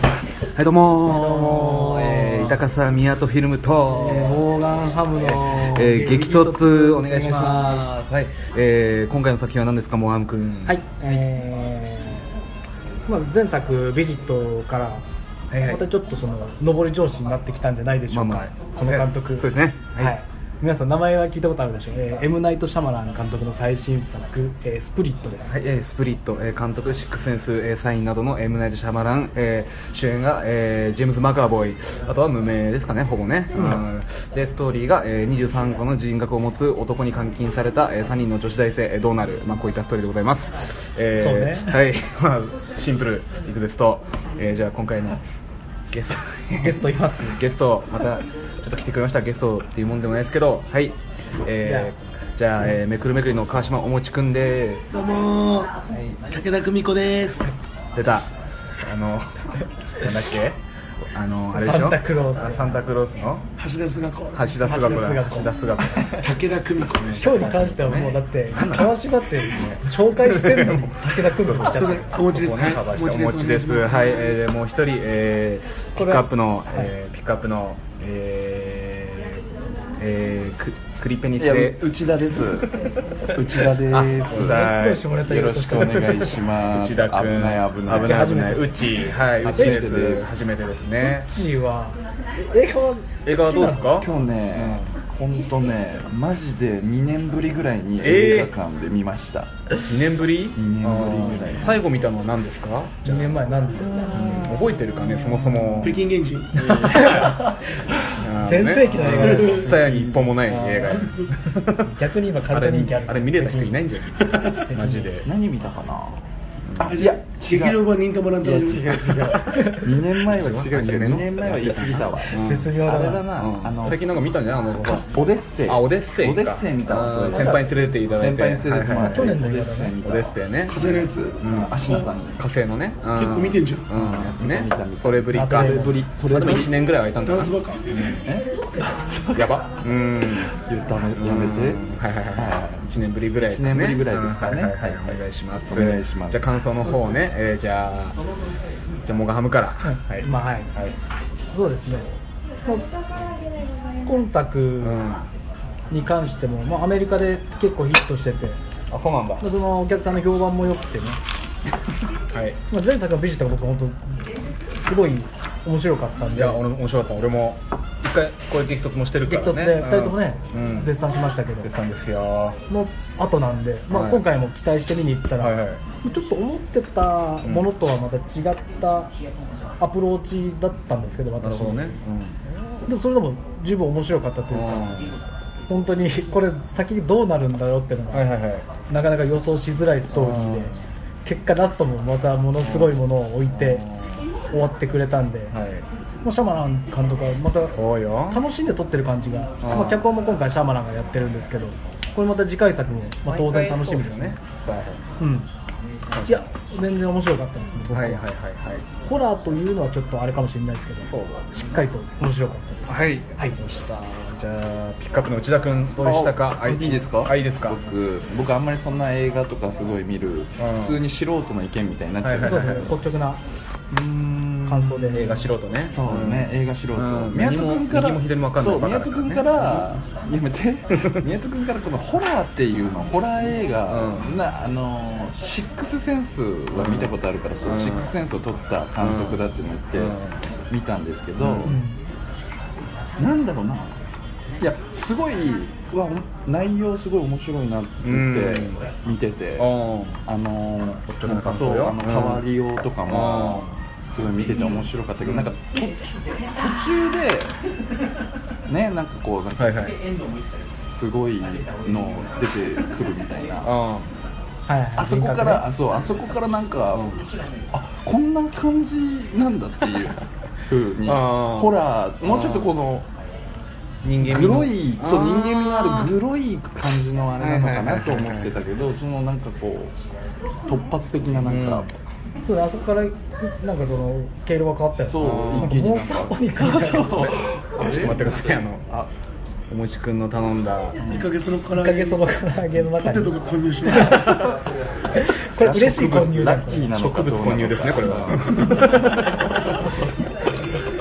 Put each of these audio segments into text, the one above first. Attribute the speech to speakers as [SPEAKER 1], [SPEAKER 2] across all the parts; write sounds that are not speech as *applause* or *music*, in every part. [SPEAKER 1] はいどうもーえー板笠宮とフィルムと、
[SPEAKER 2] えーモーガンハムの、
[SPEAKER 1] えー激突お願いしますはい、えー今回の作品は何ですかモーハム君
[SPEAKER 2] はい、えーまあ、前作「ビジット」から
[SPEAKER 1] はいはい
[SPEAKER 2] またちょっとその上り調子になってきたんじゃないでしょう
[SPEAKER 1] ま
[SPEAKER 2] か、
[SPEAKER 1] あまあ
[SPEAKER 2] この監督
[SPEAKER 1] そうですねは
[SPEAKER 2] はいい、皆さん名前は聞いたことあるでしょう、えー、M ナイト・シャマラン監督の最新作「えースプリット」です、
[SPEAKER 1] はい、えースプリット、えー監督、シックスセンス、えーサインなどの、えー、ムナイト・シャマラン、えー主演が、えージェームズ・マカーボーイ、あとは無名ですかね、ほぼね、うんでストーリーが、えー23個の人格を持つ男に監禁された、え3人の女子大生、えーどうなる、まあ、こういったストーリーでございます、えー
[SPEAKER 2] そうね
[SPEAKER 1] はい *laughs* まあ、シンプル、いつベスト、えーじゃあ今回のゲスト。 *laughs*
[SPEAKER 2] ゲストいます
[SPEAKER 1] ゲストまたちょっと来てくれましたゲストっていうもんでもないですけどはい、えーじゃあ、えーめくるめくりの川島おもちくんです
[SPEAKER 3] どうもー、武田久美子です。
[SPEAKER 1] 出たあのなんだっけあのあれでしょ
[SPEAKER 2] サンタクロース
[SPEAKER 1] あサンタクロースの
[SPEAKER 3] 橋田須賀子。
[SPEAKER 1] 橋田
[SPEAKER 3] 武
[SPEAKER 1] 壽賀子だ橋
[SPEAKER 2] 橋
[SPEAKER 1] 田
[SPEAKER 2] 田壽
[SPEAKER 1] 壽賀子
[SPEAKER 2] *laughs*
[SPEAKER 3] 田久美子です。
[SPEAKER 2] 今日に関してはもうだって川島って紹介してんのも武田君しちゃ
[SPEAKER 3] す
[SPEAKER 1] *laughs*
[SPEAKER 2] っ
[SPEAKER 3] みませ
[SPEAKER 2] て
[SPEAKER 3] ん、お持ちです。
[SPEAKER 1] ここ
[SPEAKER 3] は
[SPEAKER 1] ね
[SPEAKER 3] い、
[SPEAKER 1] カバーしてお持ちです
[SPEAKER 3] お願いしま
[SPEAKER 1] はい、えーもう一人、えーピ
[SPEAKER 2] こ
[SPEAKER 1] ッ
[SPEAKER 2] れ
[SPEAKER 1] クアップの、
[SPEAKER 2] はい
[SPEAKER 1] えーピックアップのえーえーククリペニス
[SPEAKER 4] いや、う
[SPEAKER 1] で
[SPEAKER 4] 内田です。 *laughs* 内田で
[SPEAKER 1] あ
[SPEAKER 4] す。
[SPEAKER 1] うざ
[SPEAKER 2] すごい下ネタ言お
[SPEAKER 4] よ
[SPEAKER 2] う
[SPEAKER 4] ろ
[SPEAKER 2] とし
[SPEAKER 4] してく
[SPEAKER 2] る
[SPEAKER 4] お願いします。
[SPEAKER 1] 内田君
[SPEAKER 4] 危ない危ない。
[SPEAKER 1] 危ない危ない
[SPEAKER 2] 内
[SPEAKER 1] うちはい
[SPEAKER 4] 初
[SPEAKER 1] うち
[SPEAKER 4] め
[SPEAKER 1] で
[SPEAKER 4] てです
[SPEAKER 1] す初めてですね
[SPEAKER 2] チーはえ映画は
[SPEAKER 1] 映画はどうですか
[SPEAKER 4] 今日ね、本当ね、マジで2年ぶりぐらいに
[SPEAKER 1] えー
[SPEAKER 4] 映画館で見ました。
[SPEAKER 1] 2年ぶり
[SPEAKER 4] 二年ぶりぐらい
[SPEAKER 1] あー最後見たのは何ですか
[SPEAKER 2] 2年前なんで
[SPEAKER 1] うん覚えてるかねそもそも
[SPEAKER 3] す。北京現人。
[SPEAKER 2] 全盛期の映画です
[SPEAKER 1] スタヤに一本もない映
[SPEAKER 2] *laughs* 逆に今
[SPEAKER 1] 画
[SPEAKER 2] カ
[SPEAKER 1] あ
[SPEAKER 2] ルト
[SPEAKER 1] れ
[SPEAKER 2] 人気ある
[SPEAKER 1] あれ見れた人いないんじゃないマジで
[SPEAKER 4] 何見たかな。
[SPEAKER 3] あ、いや、劇場版忍たま乱太郎。
[SPEAKER 4] 2年前は違う
[SPEAKER 1] 違う違う
[SPEAKER 4] 2年前は言い過ぎたわ。
[SPEAKER 2] 絶妙だな
[SPEAKER 4] あれだな、
[SPEAKER 1] うん
[SPEAKER 4] あの
[SPEAKER 1] 最近なんか見たんじゃないあの
[SPEAKER 4] かすオデッセイ。
[SPEAKER 1] あオデッセイか
[SPEAKER 4] オデッセイ見たわ
[SPEAKER 1] あー
[SPEAKER 4] そういえば
[SPEAKER 1] 先輩に連れていただいて
[SPEAKER 4] 先輩に連れてもらって。
[SPEAKER 2] はいはいはい去年の映画だね
[SPEAKER 4] 見た
[SPEAKER 1] オデッセイね
[SPEAKER 3] 風のやつ。
[SPEAKER 4] うん、アシナさんに。
[SPEAKER 1] 火星のね結
[SPEAKER 3] 結構見てんじゃん
[SPEAKER 1] うんやつね
[SPEAKER 4] 見た見た見た
[SPEAKER 1] それぶりか
[SPEAKER 2] それぶり
[SPEAKER 1] それぶり1年ぐらい空いた
[SPEAKER 3] ダ
[SPEAKER 1] ん
[SPEAKER 3] ン
[SPEAKER 1] だ
[SPEAKER 3] スバカ。
[SPEAKER 4] え
[SPEAKER 1] なやばうん
[SPEAKER 4] いやダメやめて
[SPEAKER 1] はいはいはい一年ぶりぐらいかね
[SPEAKER 4] 一年ぶりぐらいですかね
[SPEAKER 1] はいはいは
[SPEAKER 4] はいい
[SPEAKER 1] お願いします
[SPEAKER 4] お願いします
[SPEAKER 1] じゃあ感想の方ねえーじゃあじゃあモガハムからはい
[SPEAKER 2] まあはい、
[SPEAKER 1] はい
[SPEAKER 2] そうですね、まあ、今作
[SPEAKER 1] うん
[SPEAKER 2] に関しても、まあ、アメリカで結構ヒットしてて、
[SPEAKER 1] あそうなんだ
[SPEAKER 2] まあ、そのお客さんの評判も良くてね、
[SPEAKER 1] はい
[SPEAKER 2] まあ、前作の「ビジット」が僕本当すごい面白かったん
[SPEAKER 1] い
[SPEAKER 2] で
[SPEAKER 1] や俺も面白かった俺も一回これ激突もしてるか
[SPEAKER 2] 激
[SPEAKER 1] らね
[SPEAKER 2] 突で2人ともね、
[SPEAKER 1] うん
[SPEAKER 2] 絶賛しましたけど
[SPEAKER 1] 出たんですよ
[SPEAKER 2] の後なんで、ま
[SPEAKER 1] は
[SPEAKER 2] あ、
[SPEAKER 1] い
[SPEAKER 2] 今回も期待して見に行ったら、
[SPEAKER 1] はいはい
[SPEAKER 2] ちょっと思ってたものとはまた違ったアプローチだったんですけど
[SPEAKER 1] なる
[SPEAKER 2] 私
[SPEAKER 1] ほど
[SPEAKER 2] も
[SPEAKER 1] ね
[SPEAKER 2] でもそれでも十分面白かったと
[SPEAKER 1] う
[SPEAKER 2] い
[SPEAKER 1] ん
[SPEAKER 2] うか、
[SPEAKER 1] は
[SPEAKER 2] 本当にこれ先にどうなるんだろうっていうの
[SPEAKER 1] い
[SPEAKER 2] が、
[SPEAKER 1] はいはい
[SPEAKER 2] なかなか予想しづらいストーリーで結果ラストもまたものすごいものを置いて終わってくれたんで、
[SPEAKER 1] はい
[SPEAKER 2] もうシャマラン監督はまた
[SPEAKER 1] そうよ
[SPEAKER 2] 楽しんで撮ってる感じが、
[SPEAKER 1] ん
[SPEAKER 2] まあ、脚本も今回シャマランがやってるんですけどこれまた次回作も、まあ、当然楽しみですね
[SPEAKER 1] そうで
[SPEAKER 2] うんいや全然面白かったですね
[SPEAKER 1] す
[SPEAKER 2] 僕
[SPEAKER 1] ね
[SPEAKER 2] は、
[SPEAKER 1] はいはいはいはい
[SPEAKER 2] ホラーというのはちょっとあれかもしれないですけど
[SPEAKER 1] そう
[SPEAKER 2] しっかりと面白かったです
[SPEAKER 1] はい
[SPEAKER 2] はい
[SPEAKER 1] じゃあピックアップの内田君どうでしたか
[SPEAKER 4] あいいですか
[SPEAKER 1] あいいですか
[SPEAKER 4] 僕僕あんまりそんな映画とかすごい見る普通に素人の意見みたいになっちゃう
[SPEAKER 1] は
[SPEAKER 4] ん
[SPEAKER 1] い
[SPEAKER 4] で
[SPEAKER 2] そ
[SPEAKER 4] す
[SPEAKER 2] う
[SPEAKER 4] け
[SPEAKER 2] で
[SPEAKER 4] ど
[SPEAKER 2] すね率直な感
[SPEAKER 4] 感
[SPEAKER 2] 想で
[SPEAKER 1] 映画素人ね
[SPEAKER 4] そうね、映画素人、
[SPEAKER 1] うん
[SPEAKER 4] 宮戸君から
[SPEAKER 1] 右も左も分かんない
[SPEAKER 4] そう
[SPEAKER 1] バカ
[SPEAKER 4] 宮
[SPEAKER 1] だ
[SPEAKER 4] 戸
[SPEAKER 1] からね
[SPEAKER 4] 君からやめて *laughs* 宮戸君からこのホラーっていうのホラー映画、
[SPEAKER 1] うん
[SPEAKER 4] なあのシックスセンスは見たことあるから、そう
[SPEAKER 1] うん
[SPEAKER 4] シックスセンスを撮った監督だっていうのを言って、
[SPEAKER 1] うん
[SPEAKER 4] 見たんですけど、
[SPEAKER 2] うん
[SPEAKER 4] なんだろうないやすごいうわお内容すごい面白いなって
[SPEAKER 1] うん
[SPEAKER 4] 見て
[SPEAKER 1] う
[SPEAKER 4] て、
[SPEAKER 1] ん
[SPEAKER 4] あのー、
[SPEAKER 1] 率直な感想
[SPEAKER 4] そう
[SPEAKER 1] よ
[SPEAKER 4] あの
[SPEAKER 1] うん
[SPEAKER 4] 変わりようとかもすごい見てて面白かったけど、なんかと途中でねなんかこうなん
[SPEAKER 1] は
[SPEAKER 4] か
[SPEAKER 1] いはい
[SPEAKER 4] すごいの出てくるみたいな、
[SPEAKER 1] あ
[SPEAKER 2] はいはい
[SPEAKER 4] あそこか
[SPEAKER 2] 人
[SPEAKER 4] ら
[SPEAKER 2] 格
[SPEAKER 4] あ
[SPEAKER 2] ね
[SPEAKER 4] そうあそこからなんか、あこんな感じなんだって *laughs* いうふうに
[SPEAKER 1] あー
[SPEAKER 4] ホラーもうちょっとこの
[SPEAKER 1] 人間味
[SPEAKER 4] グロいそう人間味のあるグ
[SPEAKER 1] ロ
[SPEAKER 4] ロい感じのあれなのかなと思ってたけどそのなんかこう突発的ななんか、
[SPEAKER 1] うん
[SPEAKER 2] そうねあそこからなんかその経路が変わったよね
[SPEAKER 4] そう
[SPEAKER 2] なん
[SPEAKER 4] 一
[SPEAKER 2] か
[SPEAKER 4] 気に
[SPEAKER 2] モン
[SPEAKER 4] なん
[SPEAKER 2] スタ
[SPEAKER 4] か
[SPEAKER 2] ーについて
[SPEAKER 4] そ
[SPEAKER 1] ちょ
[SPEAKER 2] 1
[SPEAKER 4] うそう
[SPEAKER 1] っと待ってくださいあの
[SPEAKER 4] あ
[SPEAKER 1] おもちくんの頼んだ
[SPEAKER 3] 一ヶ月の唐揚
[SPEAKER 2] か
[SPEAKER 3] げ。
[SPEAKER 2] げそばから揚げの中
[SPEAKER 3] ポテト
[SPEAKER 2] に
[SPEAKER 3] が混入しました。
[SPEAKER 2] これ嬉しい混入だ
[SPEAKER 4] ラッキーなの
[SPEAKER 1] 植
[SPEAKER 4] か
[SPEAKER 1] 物
[SPEAKER 4] どうなのか
[SPEAKER 1] 混入ですねこれは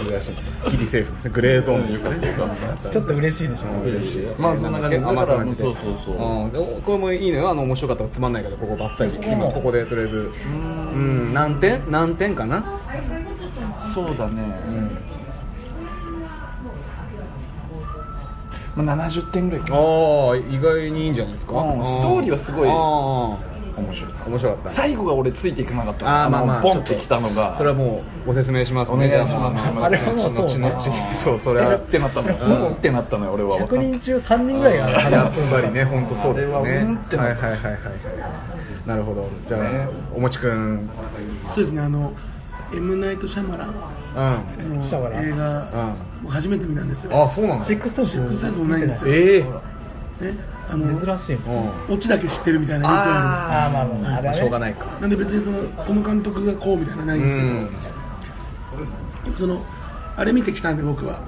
[SPEAKER 1] リセーフですねグレーゾーンですかね
[SPEAKER 2] ちょっと嬉しいでしょ
[SPEAKER 4] 嬉しいまあそんな感じ
[SPEAKER 1] で
[SPEAKER 4] だ
[SPEAKER 1] 甘
[SPEAKER 4] か
[SPEAKER 1] そう
[SPEAKER 4] ら
[SPEAKER 1] な感じで
[SPEAKER 4] そうそうそう
[SPEAKER 1] うんでおこれもいいのよあの面白かったらつまんないからここばっさり今ここでとりあえずうん何点何点かな
[SPEAKER 4] そうだね、まあ、70点ぐらいかな
[SPEAKER 1] ああ意外にいいんじゃないですか
[SPEAKER 4] うんストーリーはすごい
[SPEAKER 1] ああ
[SPEAKER 4] 面白い
[SPEAKER 1] 面白かった
[SPEAKER 4] 最後が俺ついていかなかった
[SPEAKER 1] あーまあまあ
[SPEAKER 4] のボンってきたのが
[SPEAKER 1] それはもうご説明します
[SPEAKER 4] お
[SPEAKER 1] ね
[SPEAKER 4] 願いします
[SPEAKER 1] じゃ
[SPEAKER 2] あれはもうそう
[SPEAKER 1] 後
[SPEAKER 2] ね
[SPEAKER 1] 々そうそれ
[SPEAKER 4] う
[SPEAKER 1] は
[SPEAKER 4] んってなったのようんってなったのよ俺は
[SPEAKER 2] 100人中3人ぐらいが
[SPEAKER 1] や
[SPEAKER 2] 話
[SPEAKER 1] っ
[SPEAKER 2] すん
[SPEAKER 1] ぱ
[SPEAKER 2] だ
[SPEAKER 1] りね、本当そうですね。
[SPEAKER 4] あ
[SPEAKER 1] はい
[SPEAKER 4] れはうんって
[SPEAKER 1] はい
[SPEAKER 4] な
[SPEAKER 1] はい
[SPEAKER 4] っ
[SPEAKER 1] はいはい。なるほど。じゃあ、おもちくん。
[SPEAKER 3] そうですねあの「M ナイト・シャマラン」
[SPEAKER 1] うん。
[SPEAKER 3] の
[SPEAKER 2] シャマラン
[SPEAKER 3] 映
[SPEAKER 1] うん
[SPEAKER 3] 画を初めて見たんですよ
[SPEAKER 1] あ、そうなんだ
[SPEAKER 2] シ。ックスセンス
[SPEAKER 3] シックスセンスもないんですよ
[SPEAKER 1] ええ。
[SPEAKER 3] ねあ
[SPEAKER 2] 見てな
[SPEAKER 3] の
[SPEAKER 2] い珍しいもん
[SPEAKER 1] うん。
[SPEAKER 3] オチだけ知ってるみたいなよくあ
[SPEAKER 2] ああまあまああれ
[SPEAKER 1] まあ
[SPEAKER 2] は
[SPEAKER 1] しょうが
[SPEAKER 2] ね
[SPEAKER 1] ないか。
[SPEAKER 3] るなんで別にそのこの監督がこうみたいなのな
[SPEAKER 1] う
[SPEAKER 3] いんですけど
[SPEAKER 1] ん。
[SPEAKER 3] そのあれ見てきたんで僕は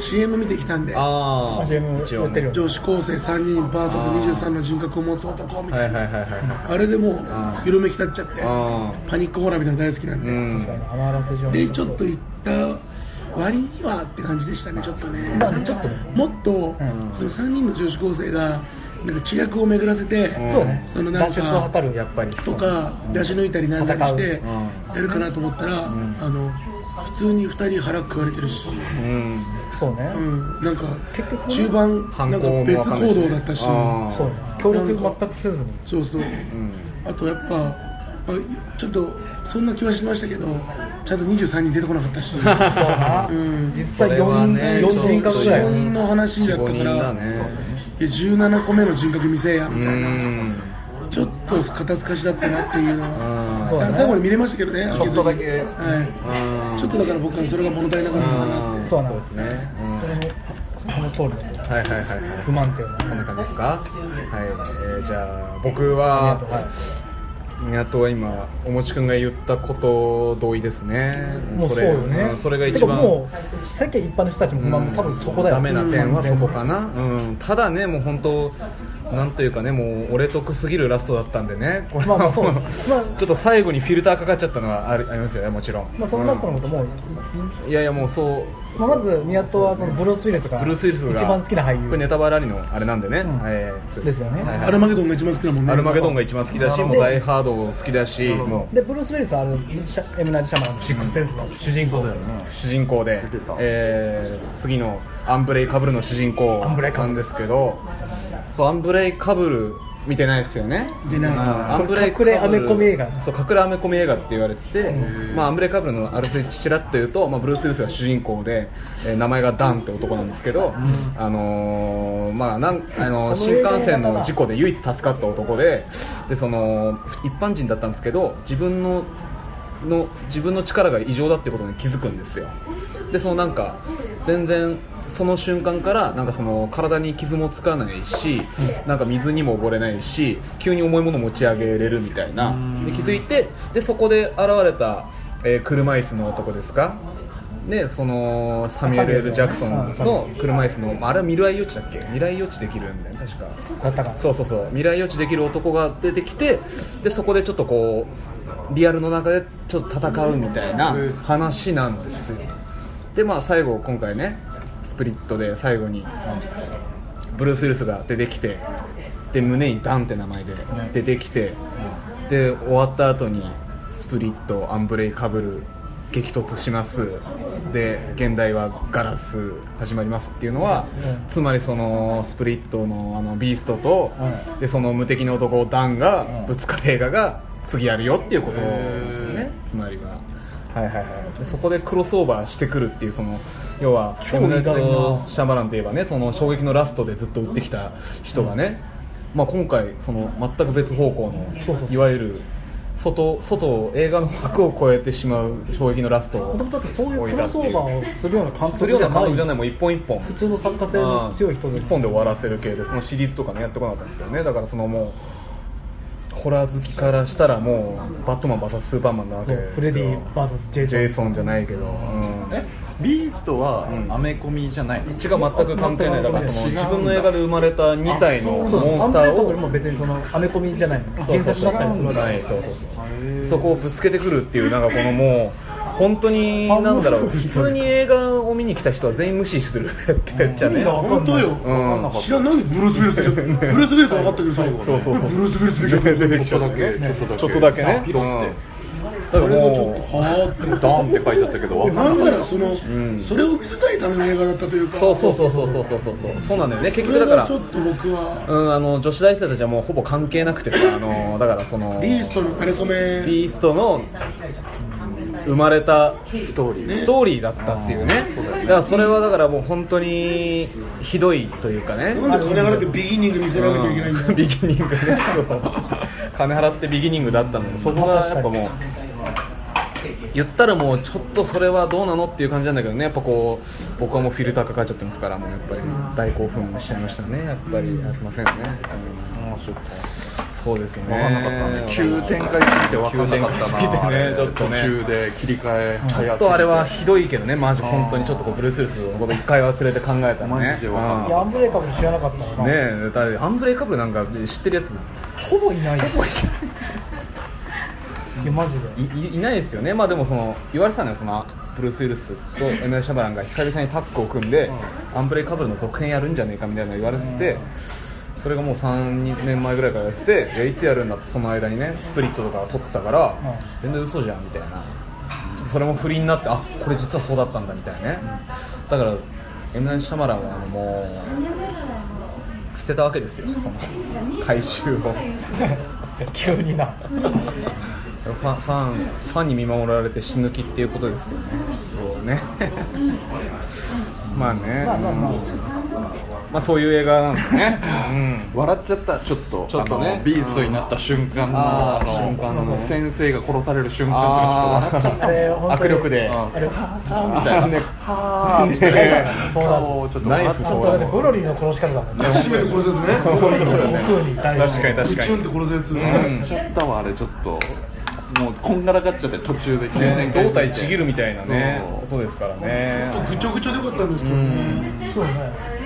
[SPEAKER 3] CM 見てきたんで
[SPEAKER 1] ああ。
[SPEAKER 2] CM
[SPEAKER 1] 一応
[SPEAKER 2] 売ってる
[SPEAKER 1] ね
[SPEAKER 2] よ
[SPEAKER 3] 女子高生3人 VS23 の人格を持つ男み
[SPEAKER 1] は
[SPEAKER 3] た
[SPEAKER 1] い
[SPEAKER 3] いな、
[SPEAKER 1] はいはいはい。
[SPEAKER 3] あれでもう
[SPEAKER 1] あー
[SPEAKER 3] 緩めきたっちゃって
[SPEAKER 1] あ
[SPEAKER 3] パニックホラーみたいなの大好きなん
[SPEAKER 1] あ。
[SPEAKER 3] で、
[SPEAKER 1] うん。
[SPEAKER 2] 確かに甘らせ状
[SPEAKER 3] でちょっと行った割にはって感じでしたねちょっとね,、
[SPEAKER 2] まあねちょっとね
[SPEAKER 3] もっと、その3人の女子高生がなんか知略を巡らせて、
[SPEAKER 1] ん
[SPEAKER 2] そうね
[SPEAKER 3] そのなん
[SPEAKER 2] 脱
[SPEAKER 3] か
[SPEAKER 2] 出を図る
[SPEAKER 1] やっぱり。
[SPEAKER 3] とか出し抜いたりなんだりして
[SPEAKER 1] う
[SPEAKER 3] やるかなと思ったら、あの普通に2人腹食われてるし、
[SPEAKER 1] うん。
[SPEAKER 2] そうね
[SPEAKER 3] うん、なんか
[SPEAKER 2] 結局ね
[SPEAKER 3] 中盤
[SPEAKER 1] 反
[SPEAKER 3] なんか
[SPEAKER 1] 抗も
[SPEAKER 3] 別
[SPEAKER 1] わかんない
[SPEAKER 3] 行動だったし
[SPEAKER 1] あー
[SPEAKER 2] そうね協力全くせずに
[SPEAKER 3] そうそう
[SPEAKER 1] うん。
[SPEAKER 3] あとやっぱあちょっとそんな気はしましたけどちゃんと23人出てこなかっ
[SPEAKER 1] *laughs*
[SPEAKER 3] たし
[SPEAKER 2] そうな
[SPEAKER 3] うん
[SPEAKER 2] 実際
[SPEAKER 1] それはね
[SPEAKER 2] 4人格ぐらい
[SPEAKER 3] 4人の話だった
[SPEAKER 1] 五
[SPEAKER 3] か
[SPEAKER 1] 人
[SPEAKER 3] ら
[SPEAKER 1] だ、ね。
[SPEAKER 3] いや17個目の人格見せえや
[SPEAKER 1] う
[SPEAKER 3] みたいな、
[SPEAKER 1] ん。
[SPEAKER 3] ちょっと肩透かしだったなっていうのは、
[SPEAKER 1] あ
[SPEAKER 2] そうだ
[SPEAKER 3] さ
[SPEAKER 2] ね
[SPEAKER 3] 最後に見れましたけどね
[SPEAKER 4] ちょっとだけ
[SPEAKER 3] は
[SPEAKER 1] あ
[SPEAKER 3] い、ちょっとだから僕はそれが物足りなかったかなって
[SPEAKER 2] そうなん
[SPEAKER 1] で
[SPEAKER 2] ですす
[SPEAKER 1] ね。うん
[SPEAKER 2] これもその通りだと
[SPEAKER 1] はいはいはいはい。
[SPEAKER 2] 不満点は
[SPEAKER 1] そんな感じですか。はい、えーじゃあ、僕は。あとは今、おもちくんが言ったこと同意ですね。
[SPEAKER 2] もうそうよね、
[SPEAKER 1] んそれが一番。
[SPEAKER 2] てかもう世間一般の人たちも不満も多分そこだよ、
[SPEAKER 1] ダメな点はそこ
[SPEAKER 2] な
[SPEAKER 1] かな、うん、ただねもう本当なんというかねもう俺得すぎるラストだったんでねこれは
[SPEAKER 2] まあまあそう
[SPEAKER 1] も
[SPEAKER 2] まあ
[SPEAKER 1] *laughs* ちょっと最後にフィルターかかっちゃったのはあるありますよねもちろん、
[SPEAKER 2] まあ、そのラストのことも、
[SPEAKER 1] うんいやいやもうそう
[SPEAKER 2] まあ、まず宮戸はそのブルース・ウィルスが
[SPEAKER 1] ブルース・ウィルスが
[SPEAKER 2] 一番好きな俳優
[SPEAKER 1] これネタバラリのあれなんでね、
[SPEAKER 2] ん
[SPEAKER 1] えーそう
[SPEAKER 2] ですよね
[SPEAKER 1] はいはい
[SPEAKER 3] アルマゲドンが一番好きだもんね
[SPEAKER 1] アルマゲドンが一番好きだし、もうダイハード好きだし、もう
[SPEAKER 2] でブルース・ウィルスはあのシャエムナイト・シャマランのシックス・センスの主人公だよね
[SPEAKER 1] 主人公で
[SPEAKER 4] 出てた、
[SPEAKER 1] えー次のアンブレイカブルの主人公
[SPEAKER 2] アンブレイカブ
[SPEAKER 1] な
[SPEAKER 2] ル
[SPEAKER 1] んですけど、そうアンブレイカブル見てないですよね。
[SPEAKER 3] 出ない
[SPEAKER 1] うんアンブレイカブ
[SPEAKER 2] 隠れアメコミ映画
[SPEAKER 1] そう隠れアメコミ映画って言われてて、まあアンブレイカブルのあらすじちらっと言うと、まあブルースウィルスが主人公で、えー名前がダンって男なんですけど、あのーまあなんあのー
[SPEAKER 2] その
[SPEAKER 1] 新
[SPEAKER 2] 映画
[SPEAKER 1] 幹線の事故で唯一助かった男で、でその一般人だったんですけど、自分のの自分の力が異常だってことに気づくんですよでそのなんか全然その瞬間からなんかその体に傷もつかないしなんか水にも溺れないし急に重いもの持ち上げれるみたいなで気づいてでそこで現れた、えー車椅子の男ですかでそのサミュエル・ L ・ジャクソンの車椅子の、まあ、あれは未来予知だっけ未来予知できるんだよね確か
[SPEAKER 2] だったから
[SPEAKER 1] そうそうそう未来予知できる男が出てきてでそこでちょっとこうリアルの中でちょっと戦うみたいな話なんですよでまあ最後今回ねスプリットで最後にブルース・ウィルスが出てきてで胸にダンって名前で出てきてで終わった後にスプリットアンブレイカブル激突しますで現代はガラス始まりますっていうのは
[SPEAKER 2] うん
[SPEAKER 1] つまりそのスプリットのあのビーストと
[SPEAKER 2] う
[SPEAKER 1] でその無敵の男ダンが
[SPEAKER 2] うん
[SPEAKER 1] ぶつかる映画が次やるよっていうことですよねつまりは。はいはいはい、でそこでクロスオーバーしてくるっていうその要は
[SPEAKER 2] 超意外な
[SPEAKER 1] エムネットシャマランといえばねその衝撃のラストでずっと売ってきた人がね、まあ、今回その全く別方向の
[SPEAKER 2] そうそうそう
[SPEAKER 1] いわゆる外外を映画の枠を超えてしまう衝撃のラストを
[SPEAKER 2] もともとだってそういうクロスオーバーをするような監
[SPEAKER 1] す
[SPEAKER 2] 督
[SPEAKER 1] るよう
[SPEAKER 2] じ
[SPEAKER 1] な
[SPEAKER 2] ゃ
[SPEAKER 1] 監
[SPEAKER 2] ない
[SPEAKER 1] 督じゃないもう一本一本
[SPEAKER 2] 普通の作家性の強い人
[SPEAKER 1] うん
[SPEAKER 2] で
[SPEAKER 1] 一
[SPEAKER 2] す
[SPEAKER 1] 本で終わらせる系でそのシリーズとかねやってこなかったんですよねだからそのもうホラー好きからしたらもうバットマン VS スーパーマンなわけ
[SPEAKER 2] そう
[SPEAKER 1] ですよ
[SPEAKER 2] フレディ VS ジェイ
[SPEAKER 1] ジ
[SPEAKER 2] ソン
[SPEAKER 1] ェイソンじゃないけど、うん
[SPEAKER 4] えビーストは
[SPEAKER 1] うん
[SPEAKER 4] アメコミじゃないの、
[SPEAKER 1] 血が全く関係ないだからその自分の映画で生まれた2体のモン
[SPEAKER 2] そうそうア
[SPEAKER 1] ス
[SPEAKER 2] ン
[SPEAKER 1] タ
[SPEAKER 2] ブ
[SPEAKER 1] ー
[SPEAKER 2] レイカブル
[SPEAKER 1] を
[SPEAKER 2] も別にそのアメコミじゃないの
[SPEAKER 1] そう
[SPEAKER 2] 原
[SPEAKER 1] そう
[SPEAKER 2] 作
[SPEAKER 1] そ
[SPEAKER 2] だ
[SPEAKER 1] う
[SPEAKER 2] ったりするわけ
[SPEAKER 1] はいそうそうそうそこをぶつけてくるっていうなんかこのもう本当に
[SPEAKER 2] 半分
[SPEAKER 1] なんだろう普通に映画を見に来た人は全員無視するってっちゃね
[SPEAKER 2] 意味が
[SPEAKER 3] 本当よ、
[SPEAKER 1] うん
[SPEAKER 3] 知らんないブルース・ウィ
[SPEAKER 1] *laughs*
[SPEAKER 3] ルスでしょブルース・ウィルスは分かったけど最後
[SPEAKER 1] そうそうそう
[SPEAKER 3] ブルース・ウィルスでしょ
[SPEAKER 1] *laughs* 出てき
[SPEAKER 4] ちょっとだけ、
[SPEAKER 1] ちょっとだけね
[SPEAKER 4] ピロって、
[SPEAKER 1] だから
[SPEAKER 3] 俺もちょっと
[SPEAKER 1] も
[SPEAKER 3] はあって
[SPEAKER 4] ダーンって書いてあったけど、わかんな
[SPEAKER 3] なんならその、
[SPEAKER 1] ん
[SPEAKER 3] それを見せたいための映画だったといううか
[SPEAKER 1] そうそうそうそうそうそうそうそうそうなんだよね結
[SPEAKER 3] そ
[SPEAKER 1] 局
[SPEAKER 3] れ
[SPEAKER 1] だか
[SPEAKER 3] が
[SPEAKER 1] ら
[SPEAKER 3] ちょっと僕は
[SPEAKER 1] うん、あの女子大生たちはもうほぼ関係なくてさあのだからその
[SPEAKER 3] ビーストの枯れ初め
[SPEAKER 1] ビーストの生まれた
[SPEAKER 4] いストーリー。
[SPEAKER 1] ストーリーだったっていうねだからそれはだからもう本当にひどいというかね
[SPEAKER 3] なんで金払ってビギニング見せられなきゃいけないんだよ、
[SPEAKER 1] うん *laughs* ビギニングね金払ってビギニングだったのでそこがやっぱもう言ったらもうちょっとそれはどうなのっていう感じなんだけどねやっぱこう僕はもうフィルターかかっちゃってますからもうやっぱり大興奮しちゃいましたねやっぱりすいませんね、
[SPEAKER 4] 面白かった
[SPEAKER 1] そうですね
[SPEAKER 4] わかんなかったね。急展開すぎてわかんなかった
[SPEAKER 1] 急展開
[SPEAKER 4] な。
[SPEAKER 1] すぎてね
[SPEAKER 4] あれ
[SPEAKER 1] ちょっとね
[SPEAKER 4] 途中で切り替え早すぎ
[SPEAKER 1] ち
[SPEAKER 4] て
[SPEAKER 1] ょっとあれはひどいけどねマジ本当にちょっとこうブルース・ウィルスのこと一回忘れて考えたらね
[SPEAKER 4] マジでわかんない
[SPEAKER 2] いやアンブレイカブル知らなかったか
[SPEAKER 1] うん
[SPEAKER 2] ら、
[SPEAKER 1] ねえだってアンブレイカブルなんか知ってるやつ
[SPEAKER 2] ほぼいないほぼいないやマジで
[SPEAKER 1] いいいないですよね、まあ、でもその言われてたのよそのブルース・ウィルスとエム・シャバランが久々にタッグを組んで、アンブレイカブルの続編やるんじゃねえかみたいなの言われてて、それがもう3年前ぐらいからやってていやいつやるんだってその間にねスプリットとか撮ってたから、全然嘘じゃんみたいなちょっとそれも不倫になってあこれ実はそうだったんだみたいなね、だからエム・シャバランはあのもう捨てたわけですよその回収を。
[SPEAKER 2] 急にな
[SPEAKER 1] ファンファンファンに見守られて死ぬ気っていうことですよね。そうね *laughs* まあね、
[SPEAKER 2] まあまあまあ
[SPEAKER 1] うんまあそういう映画なんですね。うん
[SPEAKER 4] 笑っちゃったちょっと
[SPEAKER 1] ちょっとね
[SPEAKER 4] あのビーストになった瞬間の,、
[SPEAKER 1] あー
[SPEAKER 4] あの
[SPEAKER 1] 瞬間のね
[SPEAKER 4] 先生が殺される瞬間とかちょっと笑っちゃった
[SPEAKER 2] あれ本当
[SPEAKER 1] 握
[SPEAKER 2] に
[SPEAKER 1] 力で。
[SPEAKER 2] あれは
[SPEAKER 4] みたいなね
[SPEAKER 2] あはあみたいな友達
[SPEAKER 4] 顔をちょっと
[SPEAKER 1] ナイ
[SPEAKER 4] 笑っ
[SPEAKER 1] フ
[SPEAKER 2] ち
[SPEAKER 4] ちゃ
[SPEAKER 2] ゃ
[SPEAKER 1] そ
[SPEAKER 2] ん
[SPEAKER 1] う
[SPEAKER 2] とだってブロリーの殺し方だもんね
[SPEAKER 3] 抱きしめて殺すやつね
[SPEAKER 2] ブロリーの
[SPEAKER 1] そうだね
[SPEAKER 2] 悟空に誰も
[SPEAKER 1] 確かに
[SPEAKER 3] ブ
[SPEAKER 1] 確か
[SPEAKER 3] チュン
[SPEAKER 1] に
[SPEAKER 3] って。殺すやつ、
[SPEAKER 1] うん
[SPEAKER 4] ちゃったわあれちょっともうこんがらがっちゃって途中で急
[SPEAKER 1] ね
[SPEAKER 4] 展開
[SPEAKER 1] 胴体ちぎるみたいなね
[SPEAKER 4] そう
[SPEAKER 1] ことですからね。
[SPEAKER 3] ぐちょぐちょでよかったんですけどね、
[SPEAKER 2] そうね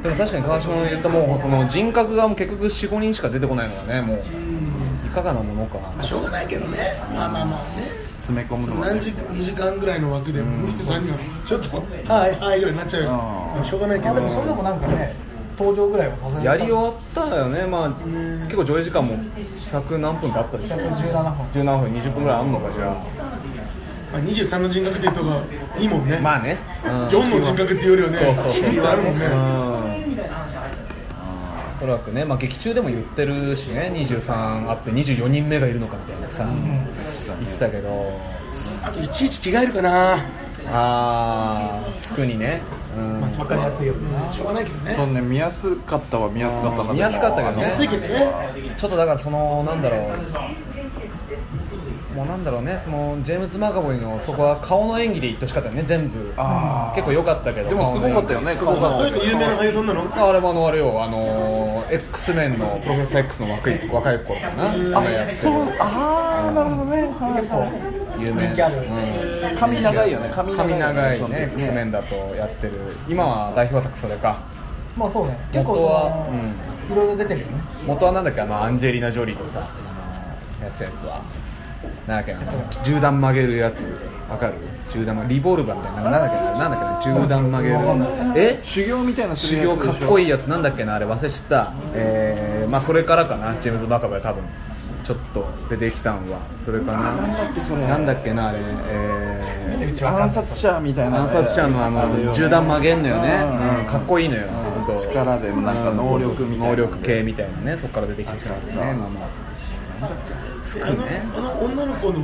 [SPEAKER 1] でも確かに川島の言ったもうその人格がもう結局四五人しか出てこないのがねもういかがなものか。
[SPEAKER 3] しょうがないけどねまあまあまあね
[SPEAKER 4] 詰め込むのは
[SPEAKER 3] 何
[SPEAKER 4] ね
[SPEAKER 3] 時2時間ぐらいの枠で3人はちょっと「はいはい」ぐらいになっちゃうよ
[SPEAKER 4] あー
[SPEAKER 3] まあしょうがないけ
[SPEAKER 2] あ
[SPEAKER 3] ど
[SPEAKER 2] でもそれでもなんかね登場ぐらいはさすがに
[SPEAKER 1] やり終わったよね、まあ、結構上映時間も100何分かあったでしょ
[SPEAKER 2] 117分
[SPEAKER 1] 十何分20分ぐらいあんのかしら
[SPEAKER 3] まあ、23の人格って言った方がいいもんね、
[SPEAKER 1] まあね、うん、
[SPEAKER 3] 4の人格っていうよりはね
[SPEAKER 1] そうそうそう
[SPEAKER 3] 低いのあるもんね、
[SPEAKER 1] うんおそらくね、まあ、劇中でも言ってるしね23あって24人目がいるのかみたいなさ、言ってたけど
[SPEAKER 3] あといちいち着替えるかな、
[SPEAKER 1] ああ服にね、うん
[SPEAKER 3] まあ、そ
[SPEAKER 2] わかりやすいよね
[SPEAKER 3] しょうがないけどね
[SPEAKER 4] そうね見やすかったは見やすかった
[SPEAKER 1] うん見やすかったけどね
[SPEAKER 3] 安いけどね
[SPEAKER 1] ちょっとだからそのなんだろうもうなんだろうねそのジェームズ・マカボイのそこは顔の演技で言ってほしかったよね全部
[SPEAKER 4] あー
[SPEAKER 1] 結構良かったけど
[SPEAKER 4] でもすごかったよね顔
[SPEAKER 3] どう
[SPEAKER 4] が
[SPEAKER 3] いう有名な俳優さんなの
[SPEAKER 1] あれもあのあれよあのー X メンのプロフェッサー X の若い若い頃かなあれやってる
[SPEAKER 4] そうああなるほどねはい
[SPEAKER 1] 有名
[SPEAKER 2] 人気ある
[SPEAKER 1] うん
[SPEAKER 4] 髪長いよね髪長い
[SPEAKER 1] 髪長い
[SPEAKER 4] そう
[SPEAKER 1] ね
[SPEAKER 4] ね
[SPEAKER 1] X メンだとやってる今は代表作それか
[SPEAKER 2] まあそうね結構
[SPEAKER 1] 元は
[SPEAKER 2] そのいろいろ出てるよね
[SPEAKER 1] 元はなんだっけあのアンジェリーナ・ジョリーとさあのやつやつはなんだっけあの銃弾曲げるやつわかる銃弾曲げリボルバーみたいななんだっけななんだっけな銃弾曲げるえ
[SPEAKER 4] 修行みたいなす
[SPEAKER 1] 修
[SPEAKER 4] る
[SPEAKER 1] 行
[SPEAKER 4] やつで
[SPEAKER 1] か
[SPEAKER 4] しょ
[SPEAKER 1] っこいいやつなんだっけなあれ忘れちゃった、えーまあ、それからかなジェームズ・マカバイ多分ちょっと出てきたんはそれかななんだっけなあれ、え
[SPEAKER 2] うちわかん
[SPEAKER 4] 暗
[SPEAKER 2] ない
[SPEAKER 4] 殺者みたい
[SPEAKER 1] ー、
[SPEAKER 4] な
[SPEAKER 1] 暗殺者のあの銃弾曲げんのよね、
[SPEAKER 4] うん
[SPEAKER 1] うんかっこいいのよほんと
[SPEAKER 4] 力でなんか
[SPEAKER 1] うん
[SPEAKER 4] 能力みたいな
[SPEAKER 1] 能力系みたいなねそこから出てきた人なんですねまあまあ
[SPEAKER 3] あのあの女の子の、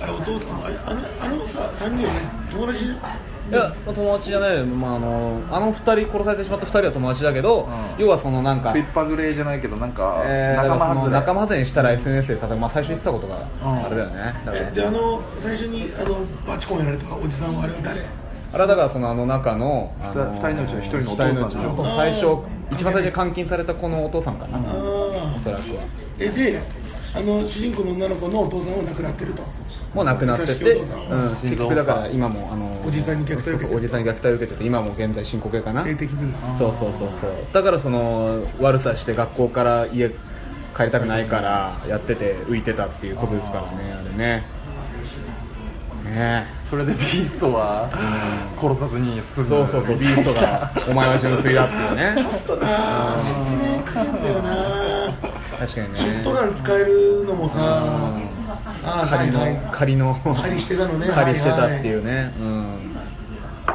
[SPEAKER 3] あれお父さんあれあのあのさ3人よね友達
[SPEAKER 1] いや友達じゃないよ、まあ、あのあの2人殺されてしまった2人は友達だけど、
[SPEAKER 4] うん
[SPEAKER 1] 要はそのなんか
[SPEAKER 4] ピッパグレーじゃないけどなんか
[SPEAKER 1] えー、だ
[SPEAKER 4] 仲
[SPEAKER 1] からそ
[SPEAKER 4] 間外
[SPEAKER 1] の
[SPEAKER 4] れ
[SPEAKER 1] 仲間外れにしたら SNS でたたまあ最初に言ってたことが
[SPEAKER 4] うん
[SPEAKER 1] あれだよね、だから
[SPEAKER 3] えであの最初にあのバチコンやられたおじさんはあれは誰
[SPEAKER 1] あれはだからそのあの中のあ
[SPEAKER 4] 二人のうちの一人のお父さん
[SPEAKER 1] 二人のうちのお父さん最初一番最初に監禁された子のお父さんかな、お
[SPEAKER 3] あ
[SPEAKER 1] そらくは
[SPEAKER 3] ーえであの主人公の女の子のお父さんは亡くなってると
[SPEAKER 1] もう亡くなって
[SPEAKER 3] 優しい
[SPEAKER 1] て、
[SPEAKER 3] お父さん
[SPEAKER 1] うん、結局だから今もあの
[SPEAKER 3] おじさんに虐待を受けてる
[SPEAKER 1] そうそうおじさんに虐待を受けてて今も現在進行形かな
[SPEAKER 3] 性的に
[SPEAKER 1] そうそうそうそうだからその悪さして学校から家帰りたくないからやってて浮いてたっていうことですからねあれねねね
[SPEAKER 4] それでビーストは殺さずに済む
[SPEAKER 1] そうそうそうビーストがお前は純粋だっていうね
[SPEAKER 3] ちょっとな説明くせえんだよな
[SPEAKER 1] 確かにね
[SPEAKER 3] ショットガン使えるのもさああは
[SPEAKER 1] 仮
[SPEAKER 3] いは
[SPEAKER 1] の
[SPEAKER 3] い
[SPEAKER 1] 仮の
[SPEAKER 3] 仮してたのね
[SPEAKER 1] 仮してたっていうねうん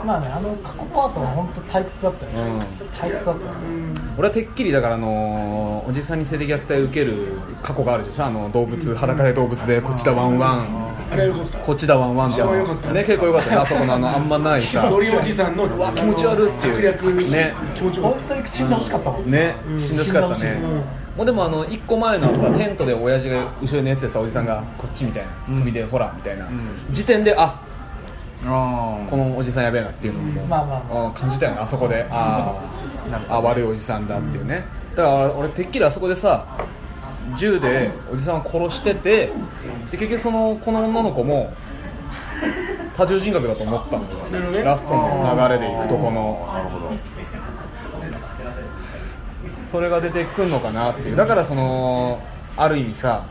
[SPEAKER 2] まあねあの過去パートは本当退屈だったよね、
[SPEAKER 1] うん
[SPEAKER 2] 退屈だったよ
[SPEAKER 3] う
[SPEAKER 2] ね
[SPEAKER 3] ん
[SPEAKER 1] 俺はてっきりだからあのーおじさんに性的虐待を受ける過去があるでしょあの動物裸で動物でこっちだワンワン
[SPEAKER 3] あれはよかった
[SPEAKER 1] こっちだワンワンってあ
[SPEAKER 3] あよかった
[SPEAKER 1] のね結構よかったねあそこのあのあんまないさ
[SPEAKER 3] ドリおじさんの
[SPEAKER 1] うわ気持ち悪いっていう
[SPEAKER 3] 策略
[SPEAKER 1] ね
[SPEAKER 3] 気持ち悪
[SPEAKER 2] 本当に死んでほしかったもん
[SPEAKER 1] ね
[SPEAKER 3] うん
[SPEAKER 1] しんどしかった
[SPEAKER 3] 死
[SPEAKER 1] ね
[SPEAKER 3] んだしうん
[SPEAKER 1] もうでもあの1個前のさテントで親父が後ろに寝てたおじさんがこっちみたいな
[SPEAKER 4] うん
[SPEAKER 1] 見てほらみたいな
[SPEAKER 4] うん
[SPEAKER 1] 時点であ
[SPEAKER 4] あー
[SPEAKER 1] このおじさんやべえなっていうのも
[SPEAKER 2] まあまあま
[SPEAKER 1] うん感じたよねあそこであーあ悪いおじさんだっていうねだから俺てっきりあそこでさ銃でおじさんを殺しててで結局そのこの女の子も多重人格だと思ったんだよ
[SPEAKER 3] なるほどね
[SPEAKER 1] ラストの流れでいくとこの
[SPEAKER 4] なるほど
[SPEAKER 1] それが出てくるのかなっていうだからそのある意味さ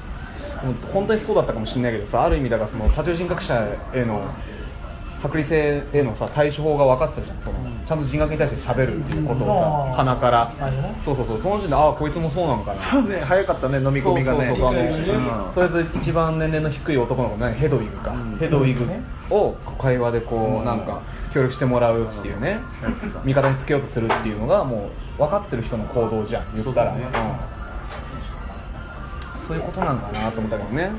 [SPEAKER 1] 本当にそうだったかもしれないけどさある意味だからその多重人格者への剥離性へのさ対処法が分かってたじゃんそのちゃんと人格に対して喋るっていうことを
[SPEAKER 2] うん
[SPEAKER 1] さ鼻から
[SPEAKER 2] 最初ね
[SPEAKER 1] そうそうそうその時点でああこいつもそうなのかな
[SPEAKER 4] そうね早かったね飲み込みがね
[SPEAKER 1] そうそうそう
[SPEAKER 3] 理解が
[SPEAKER 1] とりあえず一番年齢の低い男の子何ヘドウィグか、
[SPEAKER 4] うん
[SPEAKER 1] ヘドウィグ
[SPEAKER 2] ね
[SPEAKER 1] を会話でこうなんか協力してもらうっていうね味方につけようとするっていうのがもう分かってる人の行動じゃん言ったら
[SPEAKER 4] そう
[SPEAKER 1] そう,、
[SPEAKER 4] だね
[SPEAKER 1] ん、そういうことなんかなと思ったけどね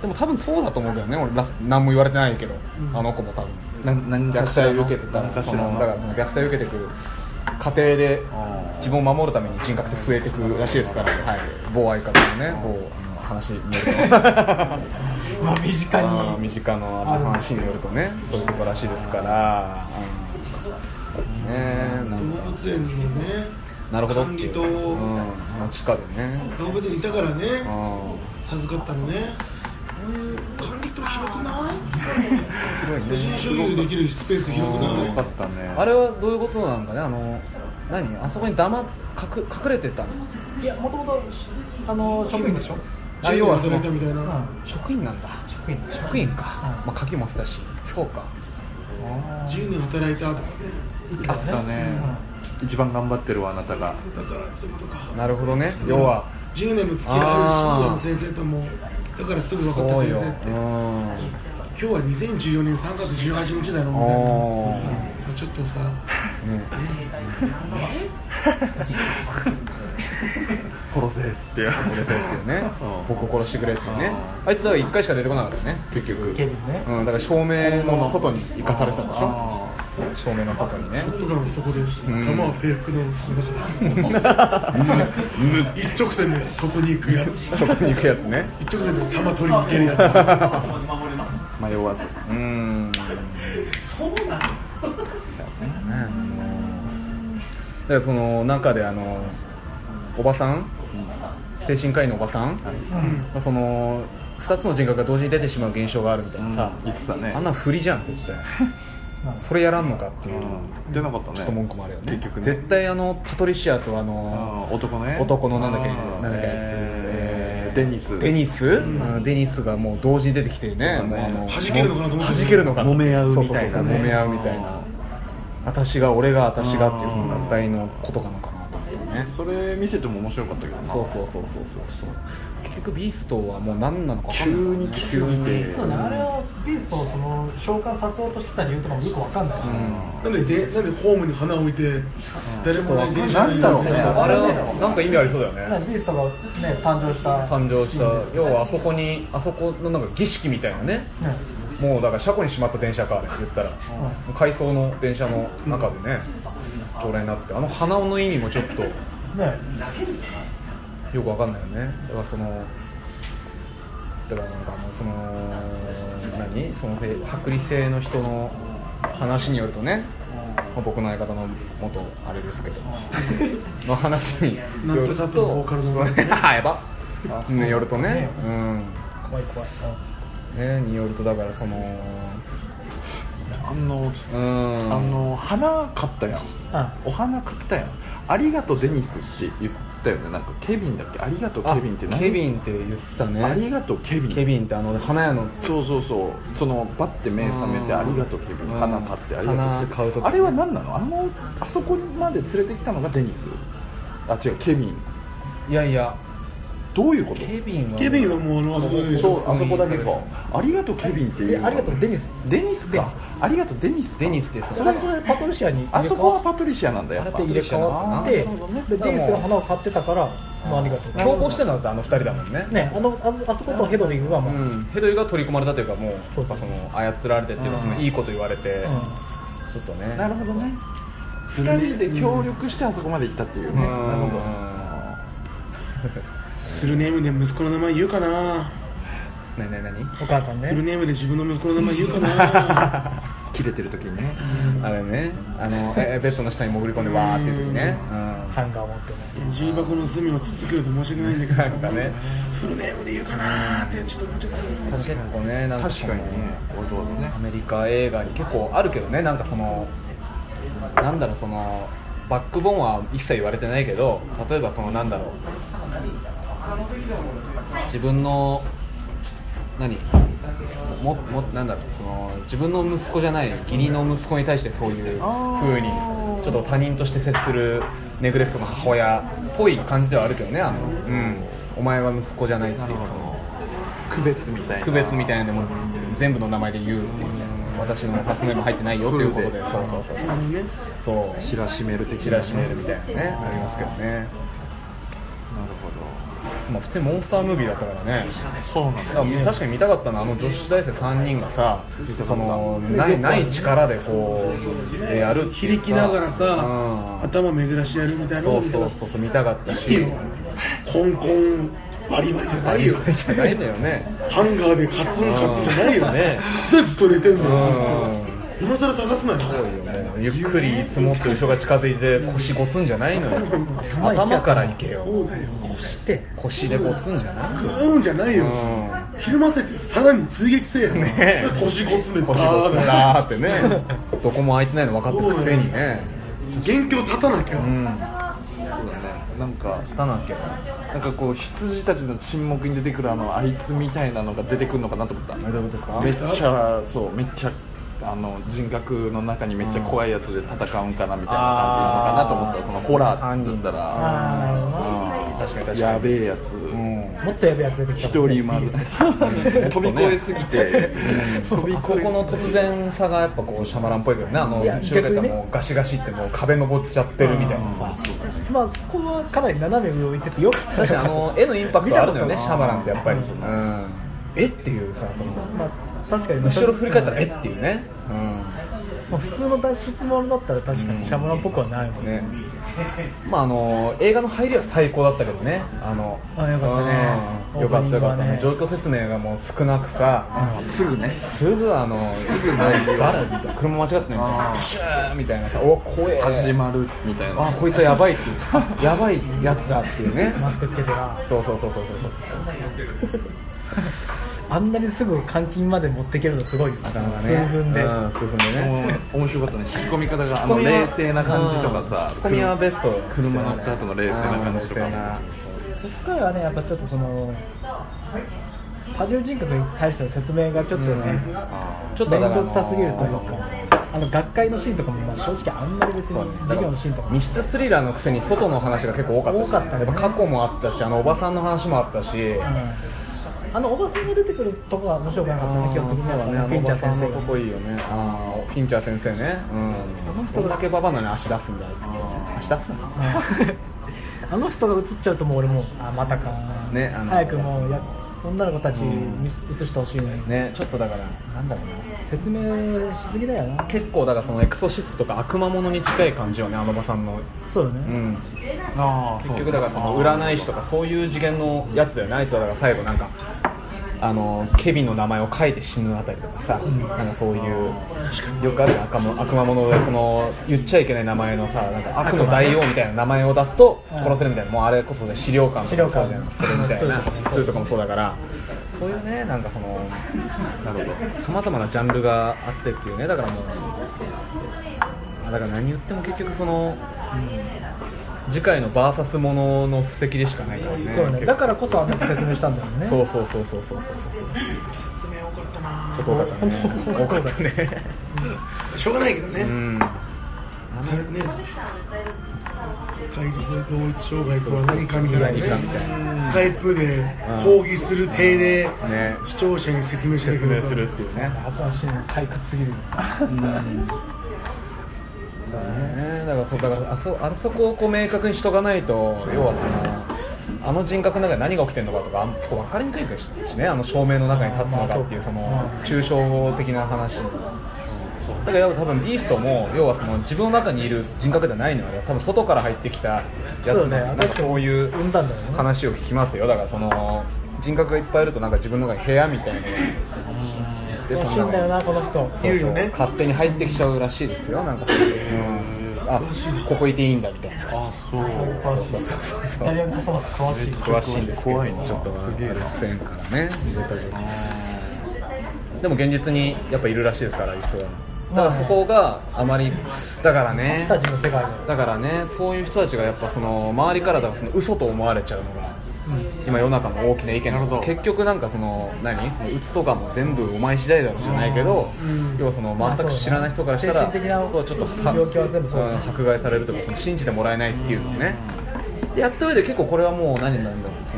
[SPEAKER 1] でも多分そうだと思うけどね俺ラス何も言われてないけど、あの子も多分
[SPEAKER 4] な何
[SPEAKER 1] 虐
[SPEAKER 4] かし
[SPEAKER 1] 待
[SPEAKER 4] ら
[SPEAKER 1] を
[SPEAKER 4] の
[SPEAKER 1] 受けてたら
[SPEAKER 4] 何か
[SPEAKER 1] そ
[SPEAKER 4] しら
[SPEAKER 1] の
[SPEAKER 4] の
[SPEAKER 1] だからその虐待を受けてくる過程で
[SPEAKER 4] あー
[SPEAKER 1] 自分を守るために人格って増えてくるらしいですから、はい、某相方のね某あの話による *laughs*
[SPEAKER 2] まあ身
[SPEAKER 1] と
[SPEAKER 2] 近
[SPEAKER 1] あー
[SPEAKER 2] に
[SPEAKER 1] 身近のあの話によるとねそういうことらしいですから、うんねえなん
[SPEAKER 3] 動
[SPEAKER 1] か
[SPEAKER 3] 物園のね
[SPEAKER 1] なるほどっていう、
[SPEAKER 3] 管理棟
[SPEAKER 1] うん、の地下でね
[SPEAKER 3] 動物園いたからね
[SPEAKER 1] うん
[SPEAKER 3] 授かったのねこういう管理棟広くない
[SPEAKER 1] 広い
[SPEAKER 3] 個人
[SPEAKER 1] ね
[SPEAKER 3] 所有できるスペース広く
[SPEAKER 4] うんよ
[SPEAKER 3] な
[SPEAKER 4] かっ
[SPEAKER 3] い
[SPEAKER 4] たね
[SPEAKER 1] あれはどういうことなんかねあの何あそこに黙っ隠隠れてたの
[SPEAKER 2] いやもともとあの職員でしょ、うん、
[SPEAKER 1] あ
[SPEAKER 3] 要
[SPEAKER 1] 要
[SPEAKER 3] は
[SPEAKER 1] は
[SPEAKER 3] そ
[SPEAKER 1] そ
[SPEAKER 3] れ
[SPEAKER 1] の
[SPEAKER 3] たみたいな、
[SPEAKER 1] 職員なんだ
[SPEAKER 2] 職員でしょ
[SPEAKER 1] 職員か、
[SPEAKER 2] うん
[SPEAKER 1] まあ、鍵も捨てたしそうか
[SPEAKER 3] 10年働いたとかね
[SPEAKER 4] あったね一番頑張ってるわあなたが
[SPEAKER 3] だからそういうことか
[SPEAKER 1] なるほどね要は
[SPEAKER 3] 10年も付き合うし、先生ともだからすぐ分かった
[SPEAKER 1] 多い
[SPEAKER 3] 先
[SPEAKER 1] よ
[SPEAKER 3] 生っ
[SPEAKER 1] う
[SPEAKER 3] て今
[SPEAKER 1] ん
[SPEAKER 3] 日は2014年3月18日だろみたい
[SPEAKER 1] おー
[SPEAKER 3] なちょっとさ
[SPEAKER 1] ね
[SPEAKER 4] 殺せってや
[SPEAKER 1] 俺そうっていうね
[SPEAKER 4] うん
[SPEAKER 1] 僕を殺してくれっていうね
[SPEAKER 4] あ
[SPEAKER 1] あいつだから1回しか出てこなかったよね結局
[SPEAKER 2] 結局ね
[SPEAKER 1] うんだから照明の外に行かされてたんでし
[SPEAKER 4] あ
[SPEAKER 1] ょ照明の外に *laughs* ね
[SPEAKER 3] ショットガンはそこで弾は制服の姿だ
[SPEAKER 1] *laughs*
[SPEAKER 3] から一直線でそこに行くやつ
[SPEAKER 1] そこに行くやつね
[SPEAKER 3] 一直線で弾取りに行けるや
[SPEAKER 4] 迷わず
[SPEAKER 1] うーんそうなのだからその中であのおばさん精神科医のおばさん、まあその2つの人格が同時に出てしまう現象があるみたいなさ
[SPEAKER 4] さ、あ言ってたね
[SPEAKER 1] あんな振りじゃん絶対それやらんのかっていう、
[SPEAKER 4] うん出なかったね
[SPEAKER 1] ちょっと文句もあるよね
[SPEAKER 4] 結局ね
[SPEAKER 1] 絶対あのパトリシアとあの
[SPEAKER 4] あー男ね
[SPEAKER 1] 男のなんだっけ
[SPEAKER 4] あー
[SPEAKER 1] なんだっけあいつ、
[SPEAKER 4] え
[SPEAKER 1] え
[SPEAKER 4] ー
[SPEAKER 1] ー
[SPEAKER 4] デニス
[SPEAKER 1] デニス、うんデニスがもう同時に出てきてね
[SPEAKER 4] そうだね
[SPEAKER 1] もうあの
[SPEAKER 3] 弾けるのかなと思った
[SPEAKER 1] 弾けるのかな
[SPEAKER 4] 揉め合うみたいなね
[SPEAKER 1] そうそうそう揉め合うみたいな私が俺が私がっていうその合体のことなのかなと思ってね
[SPEAKER 4] それ見せても面白かったけどな
[SPEAKER 1] そうそうそうそうそうそう結局ビーストはもう何なのか分か
[SPEAKER 4] 急
[SPEAKER 1] んない
[SPEAKER 4] に来すぎて
[SPEAKER 2] そうねあれはビーストをその召喚させようとしてた理由とかもよくわかんないじゃん、
[SPEAKER 3] つなんででなんでホームに花を置いて誰もない電車
[SPEAKER 4] なんだろうね
[SPEAKER 1] そうそう
[SPEAKER 4] あ
[SPEAKER 1] あ
[SPEAKER 4] れ
[SPEAKER 1] れ
[SPEAKER 4] は
[SPEAKER 1] はなんか意味ありそうだよね
[SPEAKER 2] ねビーストがね誕生した
[SPEAKER 1] 誕生した
[SPEAKER 2] シーンですよ
[SPEAKER 1] 要はあそこにあそこのなんか儀式みたいなね
[SPEAKER 2] ね
[SPEAKER 1] もうだから車庫にしまった電車かあれ言ったら回送の電車の中でね条例になってあの鼻緒の意味もちょっとよ
[SPEAKER 2] ね
[SPEAKER 1] くわかんないよねだからそのだからなんかもうその何そのせ剥離性の人の話によるとねまあ僕の相方の元あれですけどの話による
[SPEAKER 3] なんと佐藤ボーカルのね
[SPEAKER 1] あやばによるとねうん
[SPEAKER 2] 怖い怖い
[SPEAKER 1] ねによるとだからその
[SPEAKER 4] あの
[SPEAKER 1] う
[SPEAKER 4] あ
[SPEAKER 1] ん
[SPEAKER 4] の花買ったやん
[SPEAKER 2] うん
[SPEAKER 4] お花買ったやんありがとうデニスって言っったよねなんかケビンだっけありがとう
[SPEAKER 1] あ
[SPEAKER 4] ケビンって何
[SPEAKER 1] ケビンって言ってたね
[SPEAKER 4] ありがとうケビン
[SPEAKER 1] ケビンってあの花屋の
[SPEAKER 4] そうそうそうそのバッて目覚めて
[SPEAKER 1] うん
[SPEAKER 4] ありがとうケビン
[SPEAKER 1] うん
[SPEAKER 4] 花買ってありがとうケビン
[SPEAKER 1] 花買うとか
[SPEAKER 4] あれは何なのあのあそこまで連れてきたのがデニスあ違うケビン
[SPEAKER 1] いやいや
[SPEAKER 4] どういうこと
[SPEAKER 1] ケビンは
[SPEAKER 3] ケビンはもうあのあそこでし
[SPEAKER 4] そ
[SPEAKER 3] ょ
[SPEAKER 4] うあそこだけかありがとうケビンってい
[SPEAKER 2] え
[SPEAKER 4] う
[SPEAKER 2] ありがとうデニス
[SPEAKER 4] デニスかありがとうデニスデニスって
[SPEAKER 2] それはそれでパトルシアに
[SPEAKER 4] あ
[SPEAKER 2] 入れ
[SPEAKER 4] そ
[SPEAKER 2] 替
[SPEAKER 4] こ
[SPEAKER 2] わ
[SPEAKER 4] は
[SPEAKER 2] っ
[SPEAKER 4] パトリシアなんだやっぱ
[SPEAKER 2] て入れ替わって
[SPEAKER 1] パトリシアな
[SPEAKER 2] でデニスが花を買ってたからまあありがとう
[SPEAKER 1] 共謀してたのってあの二人だもんね
[SPEAKER 2] ねあのああそことヘドウィグが
[SPEAKER 1] う
[SPEAKER 2] もう、うん
[SPEAKER 1] ん、ヘドウィが取り込まれたというかもう
[SPEAKER 2] そうか
[SPEAKER 1] その操られてっていうかそのいいこと言われてちょっとね
[SPEAKER 4] なるほどね2人で協力してあそこまで行ったっていうねなる
[SPEAKER 1] うん
[SPEAKER 4] ほど
[SPEAKER 3] フルネームで息子の名前言うかな
[SPEAKER 1] なになになに
[SPEAKER 2] お母さん
[SPEAKER 3] フル
[SPEAKER 2] ね
[SPEAKER 3] ネームで自分の息子の名前言うかな
[SPEAKER 4] 切れてる時にね
[SPEAKER 1] あれねあのええベッドの下に潜り込んでわーっていう時ねうん
[SPEAKER 2] ハンガーを持ってね
[SPEAKER 3] 重箱の隅をつつくようで申し訳ないんだけど
[SPEAKER 1] な
[SPEAKER 3] さ
[SPEAKER 1] んかね
[SPEAKER 3] フルネームで言うかなってちょっと思っちゃった
[SPEAKER 1] 結構ねなんか
[SPEAKER 4] 確かにねわざわざね
[SPEAKER 1] アメリカ映画に結構あるけどねなんかそのなんだろうそのバックボーンは一切言われてないけど例えばそのなんだろう自分の何ももなんだろうその自分の息子じゃない義理の息子に対してそういう
[SPEAKER 4] あー
[SPEAKER 1] 風にちょっと他人として接するネグレクトの母親っぽい感じではあるけどねあの、うん、お前は息子じゃないっていうその。
[SPEAKER 4] 区別みたいな
[SPEAKER 1] 区別みたいなのも全部の名前で言うっていう私のファスネーム入ってないよっていうことでそうそうそう
[SPEAKER 3] あのね
[SPEAKER 1] そう
[SPEAKER 4] 知らしめる的な
[SPEAKER 1] 知らしめるみたいなねありますけどね
[SPEAKER 4] なるほど
[SPEAKER 1] まあ普通にモンスタームービーだったからね
[SPEAKER 4] そうなん
[SPEAKER 1] だから確かに見たかったのはあの女子大生3人がさそのないない力でこうえーやるっていう
[SPEAKER 3] 響きながらさ
[SPEAKER 1] うん
[SPEAKER 3] 頭巡らしてやるみたいな
[SPEAKER 1] そ
[SPEAKER 3] の
[SPEAKER 1] う
[SPEAKER 3] 見た
[SPEAKER 1] そ
[SPEAKER 3] かっ
[SPEAKER 1] う
[SPEAKER 3] た
[SPEAKER 1] そうそう見たかったし
[SPEAKER 3] いいよコンコンバリバリじゃないよ
[SPEAKER 1] じゃないんだよね
[SPEAKER 3] ハンガーでカツンカツンじゃないよ
[SPEAKER 1] ね
[SPEAKER 3] ね常にずっと寝てんの
[SPEAKER 1] う
[SPEAKER 3] よ
[SPEAKER 1] ん
[SPEAKER 3] 今更探すなよ
[SPEAKER 1] そうよねゆっくり積もって後ろが近づいて腰ごつんじゃないのよ
[SPEAKER 2] 前行け
[SPEAKER 1] 頭からいけよ
[SPEAKER 3] そうだよ
[SPEAKER 2] して
[SPEAKER 1] 腰でごつんじゃない
[SPEAKER 3] グーンじゃないよ
[SPEAKER 1] う
[SPEAKER 3] ひるませてさらに追撃せえよ
[SPEAKER 1] ねえ
[SPEAKER 3] 腰ごつんで
[SPEAKER 1] 腰ごつんだーってね *laughs* どこも空いてないの分かってるくせにね
[SPEAKER 3] 元凶立たなきゃ
[SPEAKER 1] うん
[SPEAKER 4] そうだねなんか
[SPEAKER 1] 立たなきゃ
[SPEAKER 4] なんかこう羊たちの沈黙に出てくるあのあいつみたいなのが出てくるのかなと思った
[SPEAKER 1] どういうことですか
[SPEAKER 4] めっちゃそうめっちゃあの人格の中にめっちゃ怖いやつで戦うんかなみたいな感じなのかなと思ったそのホラーだったら
[SPEAKER 2] ああなるほどな
[SPEAKER 4] うん
[SPEAKER 1] 確かに確かに
[SPEAKER 4] やべえやつ
[SPEAKER 1] うん
[SPEAKER 2] もっとやべえやつ出てきたも
[SPEAKER 4] 一
[SPEAKER 1] *laughs*
[SPEAKER 2] んね
[SPEAKER 4] 人ま
[SPEAKER 2] ビ
[SPEAKER 4] ず
[SPEAKER 2] ース
[SPEAKER 4] 飛び越えすぎ *laughs* て飛び
[SPEAKER 1] あ
[SPEAKER 4] 越
[SPEAKER 1] こ
[SPEAKER 4] え
[SPEAKER 1] この突然さがやっぱこうシャマランっぽいけどねあの
[SPEAKER 2] いや
[SPEAKER 1] 後ろ
[SPEAKER 2] 逆
[SPEAKER 1] で
[SPEAKER 2] にね
[SPEAKER 1] もうガシガシってもう壁登っちゃってるみたいなさ
[SPEAKER 2] トまあそこはかなり斜め上を行っててよかった
[SPEAKER 1] 確かにあの絵のインパクトあるのよねシャマランってやっぱり
[SPEAKER 4] う
[SPEAKER 1] うんえっていうさその
[SPEAKER 2] まあ確かに
[SPEAKER 1] 後ろ振り返ったらえっていうねうん
[SPEAKER 2] まあ普通の脱出ものだったら確かにシャムランっぽくはないもんね
[SPEAKER 1] ね、まああの映画の入りは最高だったけどねあの
[SPEAKER 2] あよかったね
[SPEAKER 1] うんよかったよかった、
[SPEAKER 2] オープニングはね
[SPEAKER 1] 状況説明がもう少なくさ、
[SPEAKER 4] すぐね
[SPEAKER 1] すぐあのすぐバラみたいな車間違ってないみたい
[SPEAKER 4] あ
[SPEAKER 1] な
[SPEAKER 4] ー
[SPEAKER 1] プシューみたいなさお怖え
[SPEAKER 4] 始まるみたいな
[SPEAKER 1] あこいつはやばいって
[SPEAKER 2] *laughs*
[SPEAKER 1] いうやばいやつだっていうね
[SPEAKER 2] マスクつけてな
[SPEAKER 1] そうそうそうそうそうそう
[SPEAKER 2] あんなにすぐ監禁まで持っていけるのすごいよ
[SPEAKER 1] なかなかね
[SPEAKER 2] 数分で
[SPEAKER 1] うん、数分でね
[SPEAKER 4] もう面白かったね引き込み方があの冷静な感じとかさ
[SPEAKER 1] 引き込みはベスト
[SPEAKER 4] 車乗った後の冷静な感じとか
[SPEAKER 1] うん冷静な
[SPEAKER 2] そこからはねやっぱちょっとその多重人格に対しての説面がちょっとね、
[SPEAKER 1] うん
[SPEAKER 4] あ
[SPEAKER 1] ちょっと
[SPEAKER 2] 面
[SPEAKER 1] だから
[SPEAKER 2] 倒くさすぎるという
[SPEAKER 1] あの
[SPEAKER 2] かあの学会のシーンとかもまあ正直あんまり別
[SPEAKER 1] そう
[SPEAKER 2] に
[SPEAKER 1] ね
[SPEAKER 2] 授業のシーンとかも
[SPEAKER 1] 密室スリラーのくせに外の話が結構多かった
[SPEAKER 2] 多かったね
[SPEAKER 1] やっぱ過去もあったしあのおばさんの話もあったし、
[SPEAKER 2] うんあのおばさんが出てくるとこは面白くなかったね基本的には
[SPEAKER 1] ね、
[SPEAKER 2] フィンチャー先生
[SPEAKER 1] と
[SPEAKER 2] が
[SPEAKER 1] こいいよねあーフィンチャー先生ねうんこの人だけババアなのに足出すんだあいつ足出すんだ
[SPEAKER 2] あの人が映っちゃうともう俺もあまたか、
[SPEAKER 1] ねあの
[SPEAKER 2] 早くもうや女の子たち
[SPEAKER 1] うん
[SPEAKER 2] 見せ映してほしいね
[SPEAKER 1] ねちょっとだからなんだろう
[SPEAKER 2] 説明しすぎだよな
[SPEAKER 1] な結構だからそのエクソシストとか悪魔物に近い感じよねあのおばさんの
[SPEAKER 2] そうよ
[SPEAKER 1] う
[SPEAKER 2] ね、
[SPEAKER 1] ん
[SPEAKER 4] あ
[SPEAKER 1] 結局だからその占い師とかそういう次元のやつだよねあいつはだから最後なんかあのケビンの名前を書いて死ぬあたりとかさ、なんかそういうよくあるじゃん悪魔悪魔物でその言っちゃいけない名前のさなんか悪の大王みたいな名前を出すと
[SPEAKER 2] うん
[SPEAKER 1] 殺せるみたいなもうあれこそね資料館とかもそうじゃん
[SPEAKER 2] 資料館
[SPEAKER 1] それみたいな
[SPEAKER 2] うん
[SPEAKER 1] 数とかもそうだからそういうねなんかそのなるほどさまざまなジャンルがあってっていうねだからもうあだから何言っても結局その、次回の VS ものの布石でしかないからね
[SPEAKER 2] そうねだかららこそあんな説明したんだよね
[SPEAKER 1] そうそうそうそうそうそうそう
[SPEAKER 3] 説明多かった
[SPEAKER 1] ちょっと
[SPEAKER 3] な
[SPEAKER 1] 多かったね
[SPEAKER 2] 本当
[SPEAKER 1] 多かったね *laughs*
[SPEAKER 3] しょうがないけどね、
[SPEAKER 1] うん
[SPEAKER 3] あのね対立同一障害とは何かみたい
[SPEAKER 1] そうそうそう何か
[SPEAKER 3] な
[SPEAKER 1] みたいな
[SPEAKER 3] ねスカイプで抗議する体で
[SPEAKER 1] ね
[SPEAKER 3] 視聴者に説明して
[SPEAKER 1] 説
[SPEAKER 3] く
[SPEAKER 1] 明
[SPEAKER 3] ださい
[SPEAKER 1] するっていうね
[SPEAKER 2] 恥ずかしいな退屈すぎるよ
[SPEAKER 1] そうねだからそうだからあそあそこをこう明確にしとかないと要はそのあの人格の中で何が起きてるのかとかあん結構分かりにくいしねあの照明の中に立つのかっていうその抽象的な話だから多分ビーストも要はその自分の中にいる人格ではないのよ多分外から入ってきたやつ
[SPEAKER 2] そ
[SPEAKER 1] の
[SPEAKER 2] うね
[SPEAKER 1] なんかそういう
[SPEAKER 2] 産んだんだよね
[SPEAKER 1] 話を聞きますよだからその人格がいっぱいいるとなんか自分の中に部屋みたいな
[SPEAKER 2] 楽しいんだよなこの人
[SPEAKER 1] そう
[SPEAKER 3] 言う
[SPEAKER 1] そう
[SPEAKER 3] よね
[SPEAKER 1] 勝手に入ってきちゃうらしいですよなんかそういう、うん、あここいていいんだみたいな感じで
[SPEAKER 4] そう
[SPEAKER 2] 詳しいイタリアの笠松詳しい
[SPEAKER 1] 詳しいんですけど
[SPEAKER 4] 怖いな
[SPEAKER 1] ちょっと
[SPEAKER 4] すげえな
[SPEAKER 1] あれせんからね出た状況でも現実にやっぱいるらしいですからああいう人はだからそこがあまりだからね
[SPEAKER 2] たちの世界の
[SPEAKER 1] だからねそういう人たちがやっぱその周りからだからその嘘と思われちゃうのが、今世の中の大きな意見なの結局なんかその何その鬱とかも全部お前次第だろじゃないけど、要はその全く知らない人からしたら、
[SPEAKER 2] まあそうだね精神的な
[SPEAKER 1] そうちょっとは
[SPEAKER 2] 病気は全部そうだね
[SPEAKER 1] ん迫害されるとかその信じてもらえないっていうのね、でやった上で結構これはもう何になるんだろうそ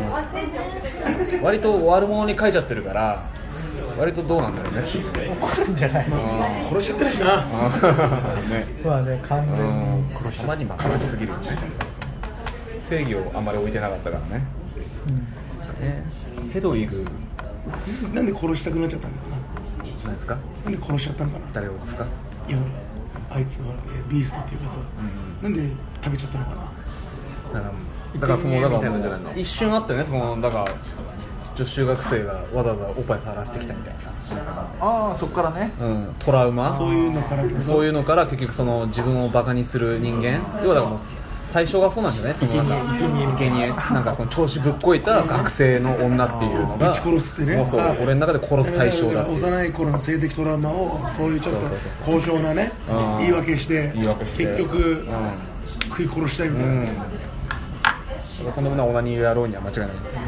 [SPEAKER 1] の割と悪者に書いちゃってるから割とどうなんだろうね
[SPEAKER 2] 怒るんじゃない
[SPEAKER 1] あ
[SPEAKER 3] 殺しちゃってるしな
[SPEAKER 1] ー *laughs* ね
[SPEAKER 2] まあね完全に
[SPEAKER 1] たまにま悲しすぎるよね正義をあんまり置いてなかったからねねヘドウィグ
[SPEAKER 3] なんで殺したくなっちゃったんだろうな
[SPEAKER 1] なんですか
[SPEAKER 3] なんで殺しちゃったんかな
[SPEAKER 1] 誰をですか
[SPEAKER 3] いやあいつはえビーストっていうかさ、なんで食べちゃったのかな
[SPEAKER 1] だからだからそのだか
[SPEAKER 4] みたいな
[SPEAKER 1] ら
[SPEAKER 4] んじゃないの
[SPEAKER 1] 一瞬あったよねそのだから女子中学生がわざわざおっぱい触らせてきたみたいなさ、
[SPEAKER 4] ああそっからね
[SPEAKER 1] うん、トラウマ
[SPEAKER 3] そういうのから
[SPEAKER 1] そういうのから結局その自分をバカにする人間要はだからもう対象がそうなんじゃないそのなんか生贄なんかその調子ぶっこいた学生の女っていうの
[SPEAKER 3] ぶ
[SPEAKER 1] が
[SPEAKER 3] ち殺すってね
[SPEAKER 1] もうそう
[SPEAKER 3] あ
[SPEAKER 1] 俺の中で殺す対象だっていう
[SPEAKER 3] 幼い頃の性的トラウマをそういうちょっ
[SPEAKER 1] そうそうそう
[SPEAKER 3] と高尚なね
[SPEAKER 1] うん
[SPEAKER 3] 言い訳して
[SPEAKER 1] 言い訳して
[SPEAKER 3] 結局、
[SPEAKER 1] うん
[SPEAKER 3] 食い殺したいみたいな、
[SPEAKER 1] うん、とんでもないオナニー野郎には間違いないです、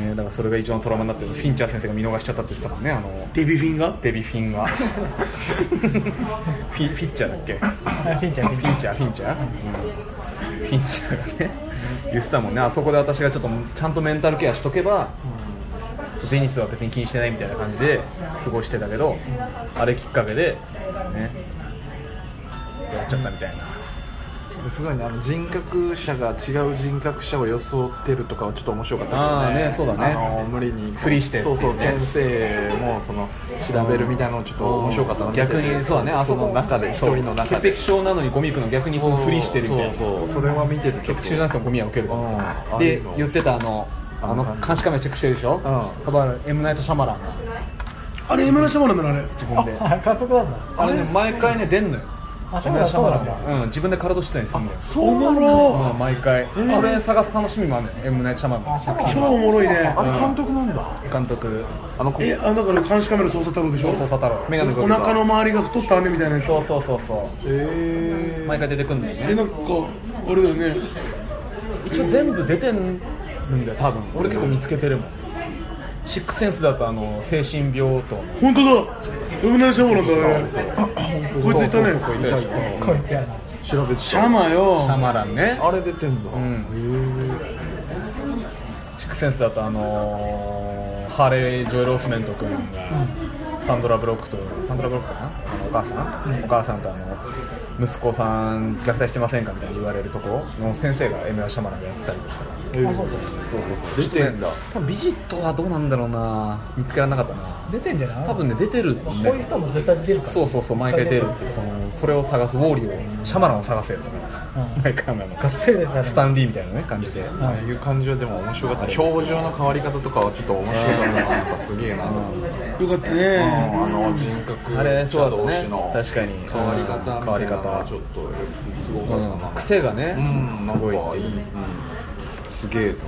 [SPEAKER 1] ね、だからそれが一番のトラウマになってるフィンチャー先生が見逃しちゃったって言ってたもんねあの
[SPEAKER 3] デビフィンが
[SPEAKER 1] デビフィンがフィフィッチャーだっけ
[SPEAKER 2] あフィンちゃんフィン
[SPEAKER 1] フ
[SPEAKER 2] ちゃん
[SPEAKER 1] ィンチャーフィンチャー、うん、フィンチャーがね言ってたもんねあそこで私がちょっとちゃんとメンタルケアしとけば、デニスは別に気にしてないみたいな感じで過ごしてたけど、あれきっかけでねやっちゃったみたいな、
[SPEAKER 4] すごいねあの人格者が違う人格者を装ってるとかはちょっと面白かったけどね
[SPEAKER 1] あーねそうだね
[SPEAKER 4] あの無理に
[SPEAKER 1] ふりしてってい
[SPEAKER 4] そうう
[SPEAKER 1] ね
[SPEAKER 4] そう先生もその調べるみたいなのちょっと面白かったな
[SPEAKER 1] 逆にそうだねあそ
[SPEAKER 4] そ
[SPEAKER 1] こ
[SPEAKER 4] の中で一人の中で
[SPEAKER 1] 潔癖症なのにゴミ行くの逆にそのふりしてるみたいな
[SPEAKER 4] そうそうそれは見てる
[SPEAKER 1] 潔癖症じゃなくてもゴミは受ける
[SPEAKER 4] うんああい
[SPEAKER 1] で
[SPEAKER 4] うの
[SPEAKER 1] 言ってたあのあの監視カメラチェックしてるでしょ、
[SPEAKER 4] う
[SPEAKER 1] だから M ナイト・シャマランが
[SPEAKER 3] あれエムラシャマランなのあれ
[SPEAKER 1] 自分で
[SPEAKER 2] あ監督なんだ
[SPEAKER 1] あれね毎回ね出んのよ
[SPEAKER 2] あシャマランそうなんだ
[SPEAKER 1] うん自分で体出演するのよ
[SPEAKER 3] おも
[SPEAKER 1] まあ
[SPEAKER 3] ろ
[SPEAKER 1] 毎回それ探す楽しみもあるのよ M ナイト・シャマランの作品
[SPEAKER 3] 超おもろいね
[SPEAKER 4] あれ監督なんだ
[SPEAKER 1] 監督
[SPEAKER 4] あのこ
[SPEAKER 3] えあだから監視カメラ操作太郎でしょ
[SPEAKER 1] 捜査太郎メガネかけ
[SPEAKER 3] お
[SPEAKER 1] た
[SPEAKER 3] 腹の周りが太った姉みたいなやつ
[SPEAKER 1] そうそうそうそう
[SPEAKER 4] え
[SPEAKER 1] 毎回出てくんだよね
[SPEAKER 3] えなんかあれだよね
[SPEAKER 1] 一応全部出てるんだよ多分俺結構見つけてるもんシックスセンスだとあの精神病と
[SPEAKER 3] 本当だエムラシャマランだあれこいつい
[SPEAKER 1] そ
[SPEAKER 3] たね
[SPEAKER 1] うそうそういたでしょ
[SPEAKER 2] こいつやな
[SPEAKER 4] ー、調べて
[SPEAKER 3] シャマよ
[SPEAKER 1] シャマランね
[SPEAKER 4] あれ出てんだ、
[SPEAKER 1] うんシックスセンスだとあのーハーレー・ジョエル・オスメント君がサンドラ・ブロックとサンドラ・ブロックかなあのお母さん、お母さんとあの息子さん虐待してませんかみたいに言われるとこの先生がエムラ・シャマランがやってたりとか
[SPEAKER 4] えー
[SPEAKER 1] そうそうそう
[SPEAKER 4] 出てんだ
[SPEAKER 1] ちょっとね多分ビジットはどうなんだろうな見つけられなかったな
[SPEAKER 2] 出てんじゃない
[SPEAKER 1] 多分ね出てるんだ
[SPEAKER 2] こ
[SPEAKER 1] よ
[SPEAKER 2] ういう人も絶対出るから
[SPEAKER 1] そうそうそう毎回出るっていうそのそれを探すウォーリーをシャマランを探せよとか、
[SPEAKER 2] うん
[SPEAKER 1] 毎回あの
[SPEAKER 2] がっつりですからね
[SPEAKER 1] スタンリーみたいなね感じで、
[SPEAKER 4] ああいう感じはでも面白かった表情の変わり方とかはちょっと面白かったななんかすげえなと思って
[SPEAKER 3] よかった
[SPEAKER 4] あ
[SPEAKER 3] ね
[SPEAKER 4] の人格
[SPEAKER 1] あれそうだったね
[SPEAKER 4] 者同士の
[SPEAKER 1] 確かに
[SPEAKER 4] 変わり方みたいな
[SPEAKER 1] 変
[SPEAKER 4] の
[SPEAKER 1] わり方
[SPEAKER 4] はちょっとすごかったな
[SPEAKER 1] うん癖がね
[SPEAKER 4] うんなん
[SPEAKER 1] すごいっ
[SPEAKER 4] か
[SPEAKER 1] て
[SPEAKER 4] い
[SPEAKER 1] い
[SPEAKER 4] いううんすげえと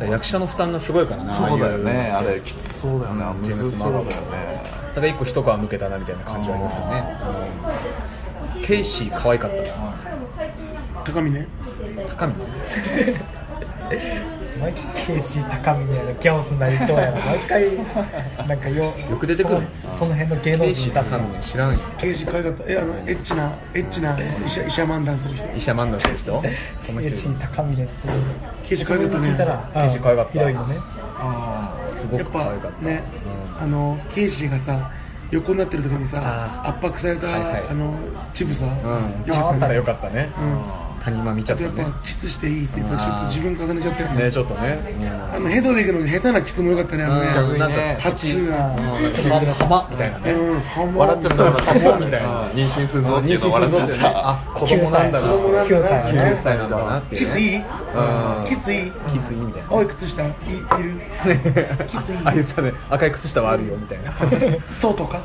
[SPEAKER 1] ら役者の負担がすごいからな
[SPEAKER 4] そうだよ
[SPEAKER 1] ああい
[SPEAKER 4] ねあれきつそうだよね
[SPEAKER 1] うん
[SPEAKER 4] む
[SPEAKER 1] ジェーム
[SPEAKER 4] ず
[SPEAKER 1] ズ
[SPEAKER 4] そうだよね
[SPEAKER 1] うただ一個一皮むけたなみたいな感じはありますよね、うんケイシー可愛かったな
[SPEAKER 3] 高見ね
[SPEAKER 1] 高見
[SPEAKER 2] 毎回ケイシー高見やらギャオスなりとやら毎回なんかよ
[SPEAKER 1] よく出てくるね
[SPEAKER 2] そのその辺の芸能
[SPEAKER 1] ケイシ
[SPEAKER 2] 人
[SPEAKER 1] ー高
[SPEAKER 2] 出すの
[SPEAKER 1] 見知らんよ
[SPEAKER 3] 刑事可愛かったえあのエッチなエッチな医者医者漫談する人
[SPEAKER 1] 医者漫画する人その
[SPEAKER 2] ケイシ
[SPEAKER 1] 人
[SPEAKER 2] ー高見ねっていう
[SPEAKER 3] 刑事可愛かった
[SPEAKER 2] 聞いた
[SPEAKER 3] ね
[SPEAKER 2] ら
[SPEAKER 1] ケイシー可愛かった
[SPEAKER 2] ヒロインのね
[SPEAKER 1] すご
[SPEAKER 3] や
[SPEAKER 1] く
[SPEAKER 3] っ
[SPEAKER 1] 可
[SPEAKER 3] ぱ
[SPEAKER 1] 愛かった、
[SPEAKER 3] ね
[SPEAKER 1] うん、
[SPEAKER 3] あの刑事がさ横になってる時にさ
[SPEAKER 1] あ
[SPEAKER 3] 圧迫された、
[SPEAKER 1] はいはい
[SPEAKER 3] あのチブ
[SPEAKER 1] う
[SPEAKER 3] さ、
[SPEAKER 1] ん、
[SPEAKER 3] よ
[SPEAKER 1] チ
[SPEAKER 3] か
[SPEAKER 1] ッ
[SPEAKER 3] っ
[SPEAKER 1] プ
[SPEAKER 3] た
[SPEAKER 1] さよかったね、
[SPEAKER 3] うん
[SPEAKER 1] 谷間見ちゃ
[SPEAKER 3] あ
[SPEAKER 1] っ
[SPEAKER 3] と
[SPEAKER 1] た
[SPEAKER 3] やっ
[SPEAKER 1] ね
[SPEAKER 3] ぱキスしていいってやっぱちょっと自分重ねちゃったよね
[SPEAKER 1] ねちょっとね、
[SPEAKER 3] あのヘドウィグの下手なキスもよかったねあのね
[SPEAKER 1] うん
[SPEAKER 4] 逆に
[SPEAKER 1] なん
[SPEAKER 4] ね
[SPEAKER 1] か
[SPEAKER 3] ハッチが
[SPEAKER 1] 浜みたいなね、
[SPEAKER 3] うんハンマー
[SPEAKER 4] 笑っちゃった笑っちゃった
[SPEAKER 1] みたいな
[SPEAKER 4] 妊娠するぞっていうの笑っちゃっ
[SPEAKER 1] ね
[SPEAKER 4] た
[SPEAKER 1] あ子供なんだな
[SPEAKER 3] 供なんだ
[SPEAKER 2] 9歳はね
[SPEAKER 1] 9歳なんだなっていう
[SPEAKER 3] キスいい、
[SPEAKER 1] ん
[SPEAKER 3] キスいい
[SPEAKER 1] キスいいみたいな
[SPEAKER 3] 青い靴下いいるキスい
[SPEAKER 1] *laughs* あ言っ
[SPEAKER 3] い
[SPEAKER 1] てたね赤い靴下はあるよみたいな
[SPEAKER 3] そうとか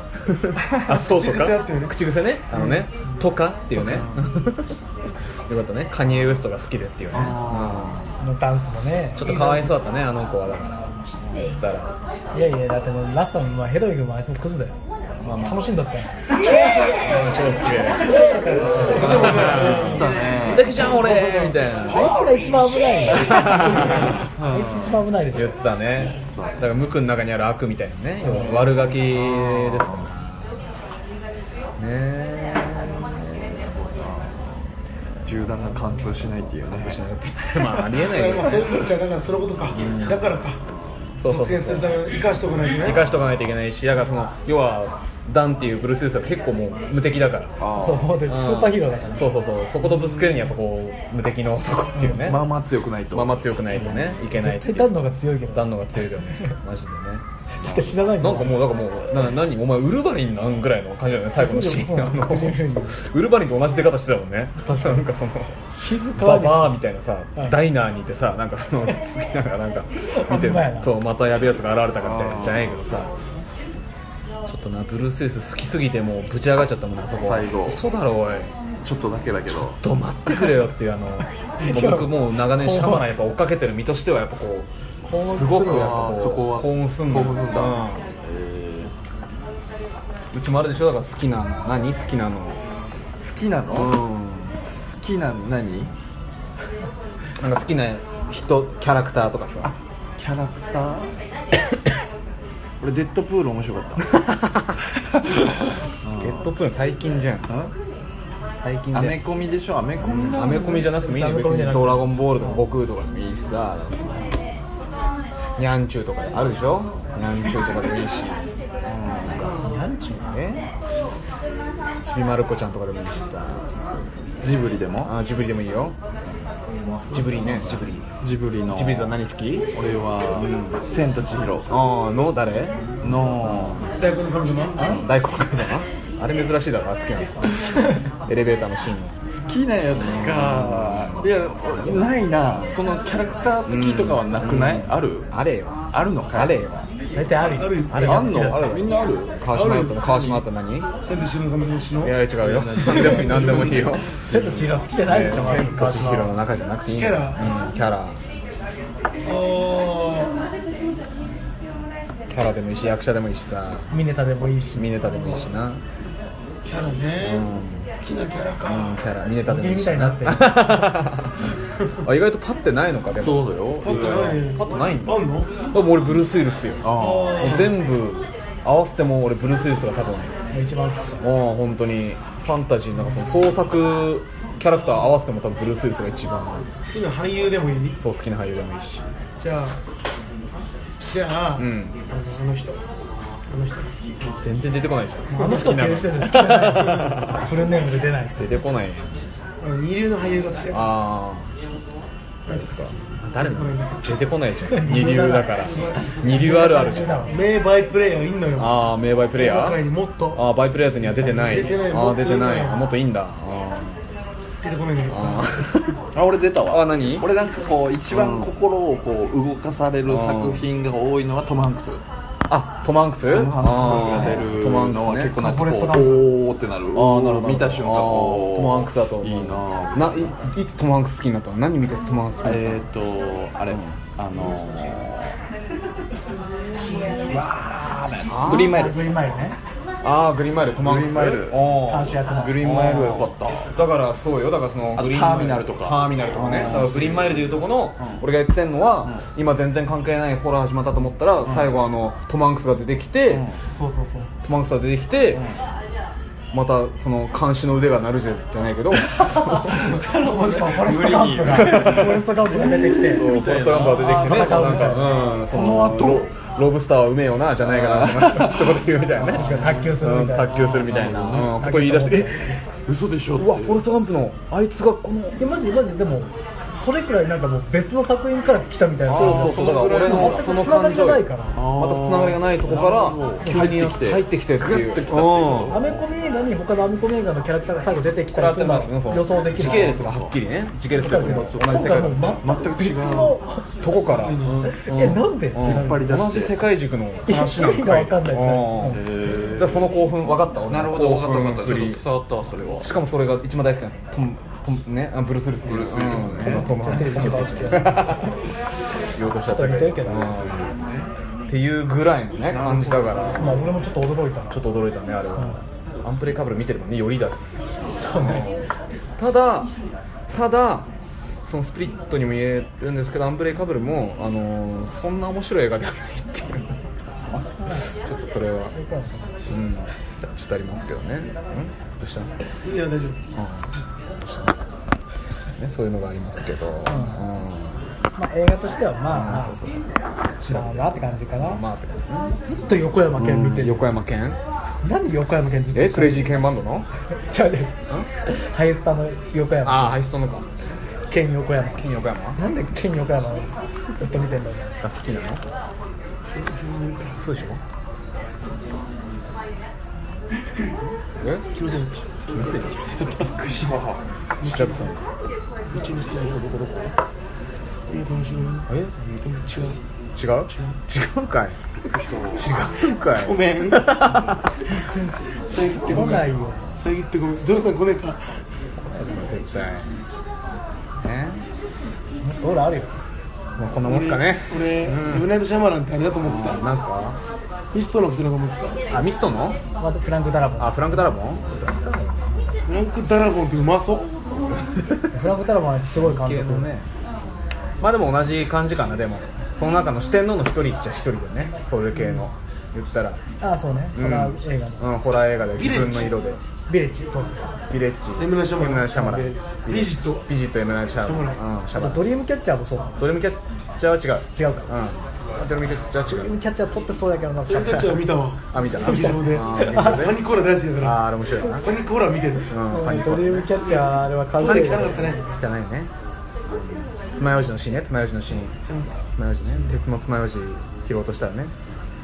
[SPEAKER 1] あそうと
[SPEAKER 3] 口癖あ
[SPEAKER 1] か
[SPEAKER 3] ったよね
[SPEAKER 1] 口癖ねあのねとかっていうねよかったねカニエ・ウエストが好きでっていうね
[SPEAKER 2] あのダンスもね
[SPEAKER 1] うんちょっとかわいそうだったねあの子はだからだから
[SPEAKER 2] いやいやだってもうラストのまあヘドウィグもあいつもクズだよまあ楽しんだったよ
[SPEAKER 1] 超好き *laughs* で
[SPEAKER 4] そうね
[SPEAKER 1] だけじゃん俺みたいな
[SPEAKER 2] あいつが一番危な
[SPEAKER 1] *laughs*
[SPEAKER 2] いんだよあいつ一番危ないでし
[SPEAKER 1] 言
[SPEAKER 2] ょ
[SPEAKER 1] ってたねだから無垢の中にある悪みたいなね要は悪ガキですもんねね
[SPEAKER 4] 銃弾が貫通しないっていうね
[SPEAKER 1] え *laughs* まあありえな
[SPEAKER 3] だ
[SPEAKER 1] いけど
[SPEAKER 3] からまあそういう
[SPEAKER 1] ね
[SPEAKER 3] ことじゃだからそのことかだからか
[SPEAKER 1] そうそう
[SPEAKER 3] 得
[SPEAKER 1] そうそ
[SPEAKER 3] 点する
[SPEAKER 1] う
[SPEAKER 3] ための生かしとかないとね
[SPEAKER 1] 生かしとかないといけないしだからその要はダンっていうブルース・ウィリスは結構もう無敵だから
[SPEAKER 4] あー
[SPEAKER 2] そうでスーパーヒーローだから
[SPEAKER 1] そうそうそうそことぶつけるにはやっぱこう無敵の男っていうね、
[SPEAKER 4] まあまあ強くないと
[SPEAKER 1] まあまあ強くないとねいけないっ
[SPEAKER 2] 絶
[SPEAKER 1] てい
[SPEAKER 2] 対
[SPEAKER 1] う
[SPEAKER 2] ダンの方が強いけどだ
[SPEAKER 1] ダンのが強いよねマジでね
[SPEAKER 2] って知らないんだ
[SPEAKER 1] なんかもうなんかもうな何お前ウルヴァリンなんぐらいの感じだよね最後のシーンあのウルヴァリンと同じ出方してたもんね
[SPEAKER 2] 確かに
[SPEAKER 1] なんかその
[SPEAKER 2] 静か
[SPEAKER 1] バ
[SPEAKER 2] に
[SPEAKER 1] バアみたいなさ、
[SPEAKER 2] はい
[SPEAKER 1] ダイナーにいてさなんかそのつきながら
[SPEAKER 2] *laughs*
[SPEAKER 1] なんか見て
[SPEAKER 2] ほんまやな
[SPEAKER 1] そうまたやべえやつが現れたかみたい
[SPEAKER 4] あ
[SPEAKER 1] な
[SPEAKER 4] ー
[SPEAKER 1] じゃないけどさちょっとなブルース・ウィリス好きすぎてもうぶち上がっちゃったもんなあそこ
[SPEAKER 4] 最後
[SPEAKER 1] 嘘だろおい
[SPEAKER 4] ちょっとだけだけど
[SPEAKER 1] ちょっと待ってくれよっていう
[SPEAKER 2] *laughs*
[SPEAKER 1] あのもう僕もう長年シャマランやっぱ追っかけてる身としてはやっぱこ
[SPEAKER 2] 興奮
[SPEAKER 1] う
[SPEAKER 2] す
[SPEAKER 1] す
[SPEAKER 2] る
[SPEAKER 1] ごく
[SPEAKER 2] よ
[SPEAKER 1] やっぱこう
[SPEAKER 4] そこは
[SPEAKER 1] 興奮すんの
[SPEAKER 4] 興奮すんだ
[SPEAKER 1] うん
[SPEAKER 4] え
[SPEAKER 1] うちもあるでしょだから好きなの何好きなの
[SPEAKER 4] ー好きなの好きな何
[SPEAKER 1] なんか好きな人キャラクターとかさ
[SPEAKER 4] キャラクター俺デッドプール面白かった
[SPEAKER 1] ゲットプーン最近じゃ *laughs* ん最近じゃ
[SPEAKER 4] ア
[SPEAKER 1] ん
[SPEAKER 4] メコミでしょアメコミだ
[SPEAKER 1] アメコミじゃなくてもいいよ別
[SPEAKER 2] アメコミじ
[SPEAKER 1] に
[SPEAKER 2] ゃなくて
[SPEAKER 1] ドラゴンボールとか悟空とかでもいいしさニャンチューとかあるでしょニャンチューとかでもいいし
[SPEAKER 2] ニャンチュ
[SPEAKER 1] えちびまる子ちゃんとかでもいいしさ
[SPEAKER 4] ジブリでも
[SPEAKER 1] あジブリでもいいよジブリねジブリ
[SPEAKER 4] ジブリの
[SPEAKER 1] ジブリと何好き
[SPEAKER 4] 俺は「千と千尋
[SPEAKER 1] ああの誰」
[SPEAKER 4] の
[SPEAKER 3] 大根の彼女も
[SPEAKER 1] 大根神様あれ珍しいだろ好きなのエレベーターのシーン
[SPEAKER 4] 好きなやつかいやそうないなそのキャラクター好きとかはなくないある
[SPEAKER 1] あれよ
[SPEAKER 4] あるのかい
[SPEAKER 1] あれよ
[SPEAKER 2] 大体ある
[SPEAKER 3] あるよ
[SPEAKER 1] あれが
[SPEAKER 4] あ
[SPEAKER 1] 好
[SPEAKER 4] ん
[SPEAKER 1] きだ
[SPEAKER 4] のあるみんなある
[SPEAKER 1] 川島あった川島あった何い
[SPEAKER 3] 千と千尋の彼女も死の
[SPEAKER 1] や違うよ何でもいい何でもいい *laughs* よ
[SPEAKER 2] 千と千尋好きじゃないでしょまず
[SPEAKER 1] 千と千尋の中じゃなくていいの
[SPEAKER 3] キャラ
[SPEAKER 1] うん、キャラ
[SPEAKER 3] あ
[SPEAKER 1] キャラでもいいし役者でもいいしさ
[SPEAKER 2] ミネタでもいいし
[SPEAKER 1] ミネタでもいいしな
[SPEAKER 3] ーキャラ
[SPEAKER 1] うん、うん、
[SPEAKER 3] ね好きなキャラ
[SPEAKER 1] キ
[SPEAKER 3] か
[SPEAKER 1] ャラミネタでもいいし
[SPEAKER 2] 人間みたいに
[SPEAKER 1] *laughs* あ意外とパッてないのかでも
[SPEAKER 4] そうだよ
[SPEAKER 3] パッとないね
[SPEAKER 1] パッとないんだ
[SPEAKER 3] あんの
[SPEAKER 1] でも俺ブルース・ウィルスよ
[SPEAKER 4] あ
[SPEAKER 1] もう全部合わせても俺ブルース・ウィルスが多分
[SPEAKER 2] 一番好き
[SPEAKER 1] もう本当にファンタジーの中その創作キャラクター合わせても多分ブルース・ウィルスが一番
[SPEAKER 3] 好きな俳優でもいい
[SPEAKER 1] そう好きな俳優でもいいし
[SPEAKER 3] じゃあじゃあ、
[SPEAKER 1] うん
[SPEAKER 3] あのあの人あの人が好き
[SPEAKER 1] 全然出てこないじゃん
[SPEAKER 2] あの人っていう時点で好きじゃないフルネームで出ない
[SPEAKER 1] 出てこないよ
[SPEAKER 3] あの二流の俳優が好きだよ
[SPEAKER 1] あ
[SPEAKER 3] あれですか
[SPEAKER 1] あ誰なの出てこないじゃん二流だから二流あるあるじゃん
[SPEAKER 3] 名バイプレイヤーいんのよ
[SPEAKER 1] ああ名バイプレイ
[SPEAKER 3] 映
[SPEAKER 1] ヤ
[SPEAKER 3] 画界に
[SPEAKER 1] ー
[SPEAKER 3] もっと
[SPEAKER 1] ああバイプレイヤーズには出てない
[SPEAKER 3] 出てない
[SPEAKER 1] ああ出てない
[SPEAKER 3] もっといいんだよ
[SPEAKER 1] あもっといいんだあ
[SPEAKER 3] 出てこないんだけど
[SPEAKER 1] ー
[SPEAKER 3] さ
[SPEAKER 1] あー
[SPEAKER 4] あ俺出たわ
[SPEAKER 1] あ何
[SPEAKER 4] 俺なんかこう一番心をこう動かされる作品が多いのはトム・ハンクス
[SPEAKER 1] あトム・ハンクス
[SPEAKER 4] トム・ハンクスが出るのは結構なんかこう、おーってなる
[SPEAKER 1] ああなるほど
[SPEAKER 4] 見た瞬間
[SPEAKER 1] あー
[SPEAKER 4] こう
[SPEAKER 1] トム・ハンクスだと
[SPEAKER 4] いいなあ
[SPEAKER 1] ないいつトム・ハンクス好きになったの何見てトム・ハンクス好きにな
[SPEAKER 4] え
[SPEAKER 1] っ
[SPEAKER 4] っ、とあれ、あのー、グリーンマイル
[SPEAKER 2] グリーンマイルね
[SPEAKER 1] たのああグリーンマイルトム・ハンクス
[SPEAKER 4] グリーンマイル
[SPEAKER 1] おー
[SPEAKER 2] 監視役なん
[SPEAKER 4] グ
[SPEAKER 2] で
[SPEAKER 4] リ
[SPEAKER 2] す
[SPEAKER 4] ーンマイルが良かった
[SPEAKER 1] だからそうよだからその
[SPEAKER 4] あと
[SPEAKER 1] グリーンマイ
[SPEAKER 4] ターミナルとか
[SPEAKER 1] ターミナルとかね
[SPEAKER 4] う
[SPEAKER 1] だ
[SPEAKER 4] ん
[SPEAKER 1] からグリーンマイルでいうとこの俺が言ってんのは今全然関係ないホラー始まったと思ったら最後あのトム・ハンクスが出てきて
[SPEAKER 4] うん
[SPEAKER 2] そうそうそう
[SPEAKER 1] トム・ハンクスが出てきてまたその監視の腕がなるぜじゃないけど
[SPEAKER 2] もしかもフォレストガンプがフォレストガンプが出てきて
[SPEAKER 1] ポルトガンバー出てきてね、
[SPEAKER 2] 戦うみたいな
[SPEAKER 1] うん、その後ロロブスターはうめえよなじゃないかな *laughs* って一言言うみたいなね、
[SPEAKER 2] 確かに卓球するみたい
[SPEAKER 1] う
[SPEAKER 2] な
[SPEAKER 1] ん卓球するみたいなうんこと言い出して、え
[SPEAKER 4] 嘘でしょって
[SPEAKER 1] うわ、フォレストガンプのあいつがこの、
[SPEAKER 2] いやマジマジでもそれくらいなんかもう別の作品から来たみたいな
[SPEAKER 1] そうそうそう、だから俺の
[SPEAKER 2] 全
[SPEAKER 1] そ
[SPEAKER 2] く
[SPEAKER 1] の
[SPEAKER 2] つなが
[SPEAKER 1] 感
[SPEAKER 2] りが
[SPEAKER 1] 情、
[SPEAKER 2] ないから
[SPEAKER 1] またつながりがないとこから、急に
[SPEAKER 4] 入ってきて
[SPEAKER 1] 入ってきてっていう、
[SPEAKER 4] グッと来たっていう
[SPEAKER 1] うん
[SPEAKER 2] アメコミ映画に他のアメコミ映画のキャラクターが最後出てき
[SPEAKER 1] こ
[SPEAKER 2] た
[SPEAKER 1] れは
[SPEAKER 2] りするのは
[SPEAKER 1] その
[SPEAKER 2] 予想できる
[SPEAKER 1] 時系列がはっきりね、時系列とい
[SPEAKER 2] だ
[SPEAKER 1] う
[SPEAKER 2] けど
[SPEAKER 1] か同
[SPEAKER 2] 今
[SPEAKER 1] じ世
[SPEAKER 2] 回
[SPEAKER 1] 界
[SPEAKER 2] もう全く別の
[SPEAKER 1] とこから、
[SPEAKER 2] えなんでって
[SPEAKER 1] うん
[SPEAKER 2] なる
[SPEAKER 4] ぱり出して
[SPEAKER 1] 同じ世界軸の話なん
[SPEAKER 2] 意味が
[SPEAKER 1] かい
[SPEAKER 2] わかんないですね
[SPEAKER 1] うんだ
[SPEAKER 4] え
[SPEAKER 1] からその興奮分かったわ
[SPEAKER 4] なるほど
[SPEAKER 1] 興
[SPEAKER 4] 分かった
[SPEAKER 1] 奮
[SPEAKER 4] 分かった
[SPEAKER 1] ぶ
[SPEAKER 4] ちょっ
[SPEAKER 1] り
[SPEAKER 4] と伝わったわそれは
[SPEAKER 1] しかもそれが一番大好きなトムトムねあブルース・ウィルスっていう
[SPEAKER 4] ブルースウィルスね
[SPEAKER 1] うんトムトム
[SPEAKER 2] テレビ一番好きだ
[SPEAKER 1] 言おうとしちゃっ
[SPEAKER 2] ちょ
[SPEAKER 1] た
[SPEAKER 2] っと似てるけど
[SPEAKER 1] うんっていうぐらいのね感じだから
[SPEAKER 2] まあ俺もちょっと驚いたな
[SPEAKER 1] ちょっと驚いたねあれはアンプレイカブル見てればねよりだ
[SPEAKER 2] そうね
[SPEAKER 1] ただただそのスプリットにも言えるんですけどアンブレイカブルも、あのーそんな面白い映画ではないっていうちょっとそれは、うん、ちょっとありますけどね、うん、どうした
[SPEAKER 3] いや大丈夫
[SPEAKER 1] ね、そういうのがありますけど、うん
[SPEAKER 2] まあ映画としてはまあ
[SPEAKER 1] そうそうそう
[SPEAKER 2] まあなって感じかな
[SPEAKER 1] まあって感
[SPEAKER 2] ずっと横山
[SPEAKER 1] じね
[SPEAKER 2] 健見てる
[SPEAKER 1] 横山健
[SPEAKER 2] 何横山健ずっと
[SPEAKER 1] えクレイジーケンバンドの
[SPEAKER 2] ちゃうねハイスタの横山
[SPEAKER 1] ああハイストのか
[SPEAKER 2] 健横山
[SPEAKER 1] ケン横山
[SPEAKER 2] なんで健横山をずっと見てんだろう
[SPEAKER 1] が好きなのそうでしょえ
[SPEAKER 3] 気のせいだった
[SPEAKER 1] 気のせい調べたの
[SPEAKER 3] うちにしてるどこどこいやどうしよう
[SPEAKER 1] え
[SPEAKER 3] 違う
[SPEAKER 1] 違う違うかい違うかい
[SPEAKER 3] ごめん遮ってご
[SPEAKER 2] 来
[SPEAKER 3] め
[SPEAKER 2] ない
[SPEAKER 3] ん
[SPEAKER 2] よ
[SPEAKER 3] 遮ってごめんジョーさんごめんか
[SPEAKER 1] 絶対ね
[SPEAKER 2] どうだあるよ
[SPEAKER 1] まあこんなもんすかね
[SPEAKER 3] 俺、エ
[SPEAKER 1] うん
[SPEAKER 3] ブナイトシャマランってあれだと思ってた、
[SPEAKER 1] なんすか
[SPEAKER 3] ミストの人だと思ってた
[SPEAKER 1] あミストの
[SPEAKER 2] またフランク・ダラボン
[SPEAKER 1] あフランク・ダラボン
[SPEAKER 3] フランク・ダラゴンってうまそう
[SPEAKER 2] フランク・ダラボンはすごい監
[SPEAKER 1] 系
[SPEAKER 2] 督
[SPEAKER 1] のねまあでも同じ感じかなでもその中の四天王の一人っちゃ一人だねそういう系の言ったら
[SPEAKER 2] ああそうね
[SPEAKER 1] う
[SPEAKER 2] ホ
[SPEAKER 1] ん
[SPEAKER 2] ラー映画の
[SPEAKER 1] うんホラー映画で自分の色で
[SPEAKER 2] ビレッジそう
[SPEAKER 1] ビレッジ
[SPEAKER 3] エムナイトシャマラン
[SPEAKER 1] エムナイトシャマラン
[SPEAKER 3] ビレッジビジット
[SPEAKER 1] ビジットエムナイトシャマラ
[SPEAKER 3] シャマ
[SPEAKER 1] ンうんシ
[SPEAKER 2] あ
[SPEAKER 1] ャマ
[SPEAKER 2] と
[SPEAKER 1] ラ
[SPEAKER 2] ド
[SPEAKER 1] ン
[SPEAKER 2] リームキャッチャーもそう
[SPEAKER 1] ドリームキャッチャーは違う
[SPEAKER 2] 違うか
[SPEAKER 1] うんドリームキャッチャー
[SPEAKER 2] ド
[SPEAKER 1] は違
[SPEAKER 2] リー
[SPEAKER 1] う
[SPEAKER 2] ムキャッチャー撮ってそうだけどな
[SPEAKER 3] それたちは見たわ
[SPEAKER 1] あ見たな
[SPEAKER 3] 劇場で
[SPEAKER 1] あー
[SPEAKER 3] パニコーラ大好き
[SPEAKER 1] あ
[SPEAKER 3] だか
[SPEAKER 1] ー
[SPEAKER 3] ら
[SPEAKER 1] あれ面白いな
[SPEAKER 3] パニコーラ見てる
[SPEAKER 1] うんパニック
[SPEAKER 2] ドリームキャッチャーあれは完
[SPEAKER 3] パニ
[SPEAKER 2] 全
[SPEAKER 3] 汚かったね
[SPEAKER 1] 汚いね爪楊枝のシーンね爪楊枝のシーン爪楊枝ね鉄の爪楊枝拾おうとしたらね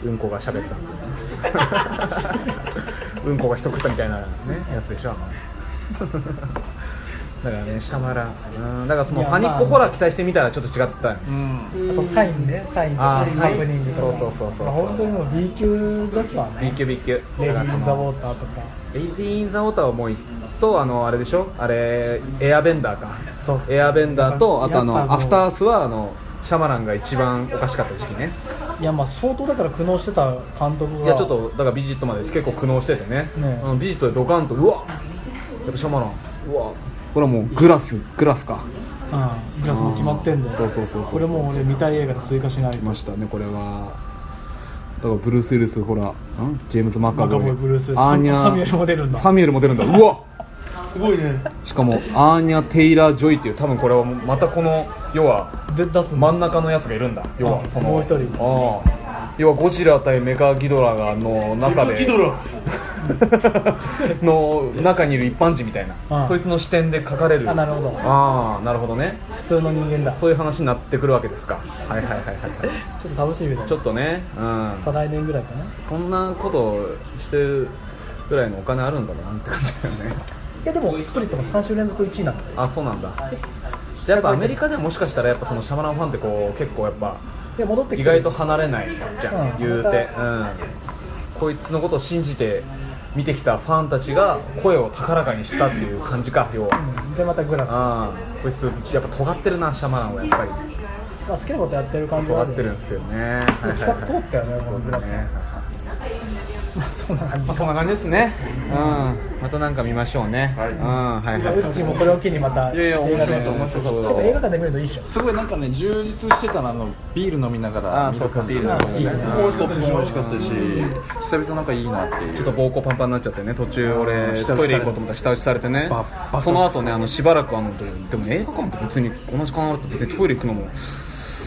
[SPEAKER 1] うんこが喋ったん
[SPEAKER 2] *laughs*
[SPEAKER 1] だよねうんこが人食ったみたいなねやつでしょだからねシャマランうんだからその
[SPEAKER 2] いや
[SPEAKER 1] パニックホラー期待してみたらちょっと違ったよ
[SPEAKER 4] うん
[SPEAKER 2] あとサインねサインと
[SPEAKER 1] あ
[SPEAKER 2] ハ
[SPEAKER 1] ー
[SPEAKER 2] プニングとか
[SPEAKER 1] そうそうそうそう
[SPEAKER 2] まあ本当にもう B 級ですわね
[SPEAKER 1] B 級 B 級
[SPEAKER 2] レデ
[SPEAKER 1] だ
[SPEAKER 2] ィ
[SPEAKER 1] か
[SPEAKER 2] ー・
[SPEAKER 1] らそ
[SPEAKER 2] イン・ザ・ウ
[SPEAKER 1] の
[SPEAKER 2] ォーターとか
[SPEAKER 1] レイディー・イン・ザ・ウォーターはもういとあのあれでしょあれエアベンダーか
[SPEAKER 2] そうそう
[SPEAKER 1] エアベンダーとあとあ
[SPEAKER 2] やっ
[SPEAKER 1] の
[SPEAKER 2] ぱ
[SPEAKER 1] アフタースはあのシャマランが一番おかしかった時期ね
[SPEAKER 2] いやまあ相当だから苦悩してた監督が
[SPEAKER 1] いやちょっとだからビジットまで結構苦悩しててね
[SPEAKER 2] ね
[SPEAKER 1] うんビジットでドカンとうわやっぱシャマランうわこれはもうグラスグラスか
[SPEAKER 2] うんグラスも決まってんだよ
[SPEAKER 1] そうそうそうそう
[SPEAKER 2] これもう俺見たい映画で追加しない
[SPEAKER 1] 来
[SPEAKER 2] と
[SPEAKER 1] ましたねこれはだからブルース・ウィルスほらんジェームズ・マカボイ
[SPEAKER 2] マカボイブルースウィルス
[SPEAKER 1] アーニャ
[SPEAKER 2] サミュエルも出るんだ
[SPEAKER 1] サミュエルも出るんだうわ
[SPEAKER 3] すごいね
[SPEAKER 1] しかもアーニャ・テイラー・ジョイっていう多分これはまたこの要は
[SPEAKER 2] で出すの
[SPEAKER 1] 真ん中のやつがいるんだ要は
[SPEAKER 2] あ
[SPEAKER 1] その
[SPEAKER 2] もう一人
[SPEAKER 1] ああ要はゴジラ対メカギドラがの中で
[SPEAKER 3] キドラ
[SPEAKER 1] *laughs* の中にいる一般人みたいな、
[SPEAKER 2] うん
[SPEAKER 1] そいつの視点で書かれる
[SPEAKER 2] あなるほど
[SPEAKER 1] ああなるほどね
[SPEAKER 2] 普通の人間だち
[SPEAKER 1] そ
[SPEAKER 2] ょ
[SPEAKER 1] ういう話になってくるわけですかはいはいはいはいはい
[SPEAKER 2] っと楽しみだ
[SPEAKER 1] ちょっとねうん
[SPEAKER 2] 再来年ぐらいかな
[SPEAKER 1] そんなことをしてるぐらいのお金あるんだなって感じだよね
[SPEAKER 2] いやでもスプリットも3週連続1位なんだよ
[SPEAKER 1] あそうなんだじゃあやっぱアメリカではもしかしたらやっぱそのシャマランファンってこう結構やっぱ
[SPEAKER 2] で戻ってき
[SPEAKER 1] 意
[SPEAKER 2] て
[SPEAKER 1] 外と離れないじゃん、
[SPEAKER 2] うん
[SPEAKER 1] 言うて、うん、こいつのことを信じて見てきたファンたちが声を高らかにしたっていう感じか要は、
[SPEAKER 2] うんでまたグラスま
[SPEAKER 1] ああこいつやっぱ尖ってるなシャマランはやっぱり
[SPEAKER 2] あ、好きなことやってる感じはあ
[SPEAKER 1] 尖ってるんですよねはいはい
[SPEAKER 2] 企画通ったよねこのグラス
[SPEAKER 1] ね
[SPEAKER 2] まあ *laughs* そんな感じ
[SPEAKER 1] まあそんな感じですねうんまたなんか見ましょうね
[SPEAKER 4] はい
[SPEAKER 1] うんはいはい
[SPEAKER 2] ウッチーもこれを機にまた
[SPEAKER 4] いやいや面白い
[SPEAKER 2] で
[SPEAKER 4] 面白そう
[SPEAKER 2] やっぱ映画館で見るといいっしょ
[SPEAKER 4] すごいなんかね充実してたなあのビール飲みながら
[SPEAKER 1] あーそうそう
[SPEAKER 4] 見る感じ
[SPEAKER 2] ビール飲みながら
[SPEAKER 4] 美味しかったし美味しかったし久々なんかいいなっていう
[SPEAKER 1] ちょっと膀胱パンパンになっちゃってね途中
[SPEAKER 4] うん
[SPEAKER 1] 俺
[SPEAKER 4] 下打ちされた
[SPEAKER 1] トイレ行こうと思ったら下打ちされてね
[SPEAKER 4] ばば
[SPEAKER 1] その後ねあのしばらくあのでも映画館って別に同じかなって別にトイレ行くのも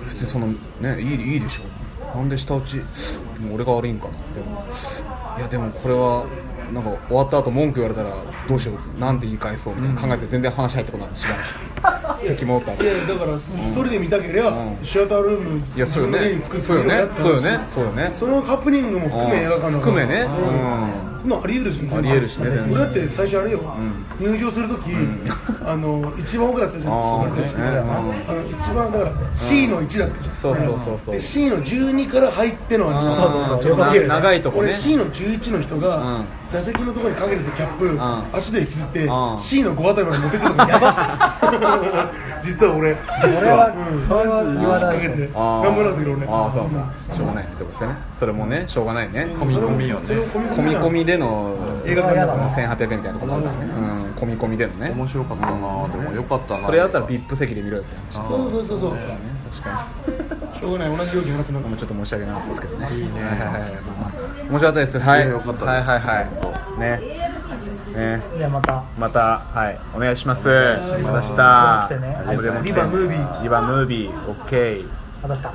[SPEAKER 1] 別にそのねいいいいでしょなんで下打ちでも俺が悪いんかなでもいやでもこれはなんか終わった後文句言われたらどうしようなんて言い返そうみたいな考えて全然話入ってこなかったしばら *laughs* く席戻った後
[SPEAKER 3] いやいやだから一人で見たけりゃ、
[SPEAKER 1] うん
[SPEAKER 3] シアタールーム
[SPEAKER 1] いやそうよね
[SPEAKER 3] 自分の家に作って
[SPEAKER 1] そうよ
[SPEAKER 3] くれ
[SPEAKER 1] ね
[SPEAKER 3] よなって
[SPEAKER 1] そうよ
[SPEAKER 3] 話
[SPEAKER 1] ねそうよね
[SPEAKER 3] それはハプニングも含め映画館だから
[SPEAKER 1] 含めねう
[SPEAKER 3] う
[SPEAKER 1] ん
[SPEAKER 3] んそんなのありえるしね
[SPEAKER 1] ありえるしね
[SPEAKER 3] 俺だって最初あれよ、
[SPEAKER 1] ん
[SPEAKER 3] 入場するとき、あの一番奥だったじゃん
[SPEAKER 1] あー
[SPEAKER 3] 俺たち、
[SPEAKER 1] ね
[SPEAKER 3] あの一番だから C の1だったじゃん、
[SPEAKER 1] そうそうそうそう
[SPEAKER 3] で C の12から入っての
[SPEAKER 1] うん
[SPEAKER 3] 話
[SPEAKER 2] そうそうそう
[SPEAKER 1] ちょっとな
[SPEAKER 2] 横切るね
[SPEAKER 1] 長いとこね
[SPEAKER 3] 俺 C の11の人
[SPEAKER 1] う
[SPEAKER 3] が
[SPEAKER 1] ん
[SPEAKER 3] 座席のところにかけてたキャップ、
[SPEAKER 1] ん
[SPEAKER 3] 足で引きずって、
[SPEAKER 1] うん
[SPEAKER 3] C の5あたりまで持ってっちゃったのやばい
[SPEAKER 1] *laughs*
[SPEAKER 3] 実は俺
[SPEAKER 2] それは
[SPEAKER 3] うん
[SPEAKER 2] それは言わ
[SPEAKER 3] 引っ
[SPEAKER 2] な
[SPEAKER 3] 掛け
[SPEAKER 2] い
[SPEAKER 3] て
[SPEAKER 2] と
[SPEAKER 1] あー
[SPEAKER 3] 頑張らなきゃいけどね
[SPEAKER 1] ああそうかしょうがないってことですねそれもねしょうがないね
[SPEAKER 3] うん
[SPEAKER 1] 込み
[SPEAKER 3] それ
[SPEAKER 1] 込
[SPEAKER 3] も
[SPEAKER 1] みよ
[SPEAKER 3] それ
[SPEAKER 1] ね
[SPEAKER 3] も込み込み
[SPEAKER 1] 込み込みでの
[SPEAKER 3] 映画館だか
[SPEAKER 2] うん
[SPEAKER 3] ら
[SPEAKER 1] 1800円みたいなところだからねうん込み込みでのね
[SPEAKER 4] 面白かったなでもよかったな
[SPEAKER 1] それだったら VIP 席で見ろよって話
[SPEAKER 4] あ
[SPEAKER 3] そうそうそうそう
[SPEAKER 1] 確か
[SPEAKER 3] しょうがない同じ料金払ってなん
[SPEAKER 1] に
[SPEAKER 3] か
[SPEAKER 1] もうちょっと申し訳なかったですけどねいい
[SPEAKER 4] ね
[SPEAKER 1] 面白かったですはい
[SPEAKER 4] いやよかったです
[SPEAKER 1] はいはいはいねね
[SPEAKER 2] いやまた
[SPEAKER 1] またはいお願いしますまた明日
[SPEAKER 2] 来てね
[SPEAKER 1] ありがとうございます
[SPEAKER 3] リバムービー
[SPEAKER 1] リバムービーオッケー
[SPEAKER 2] 外した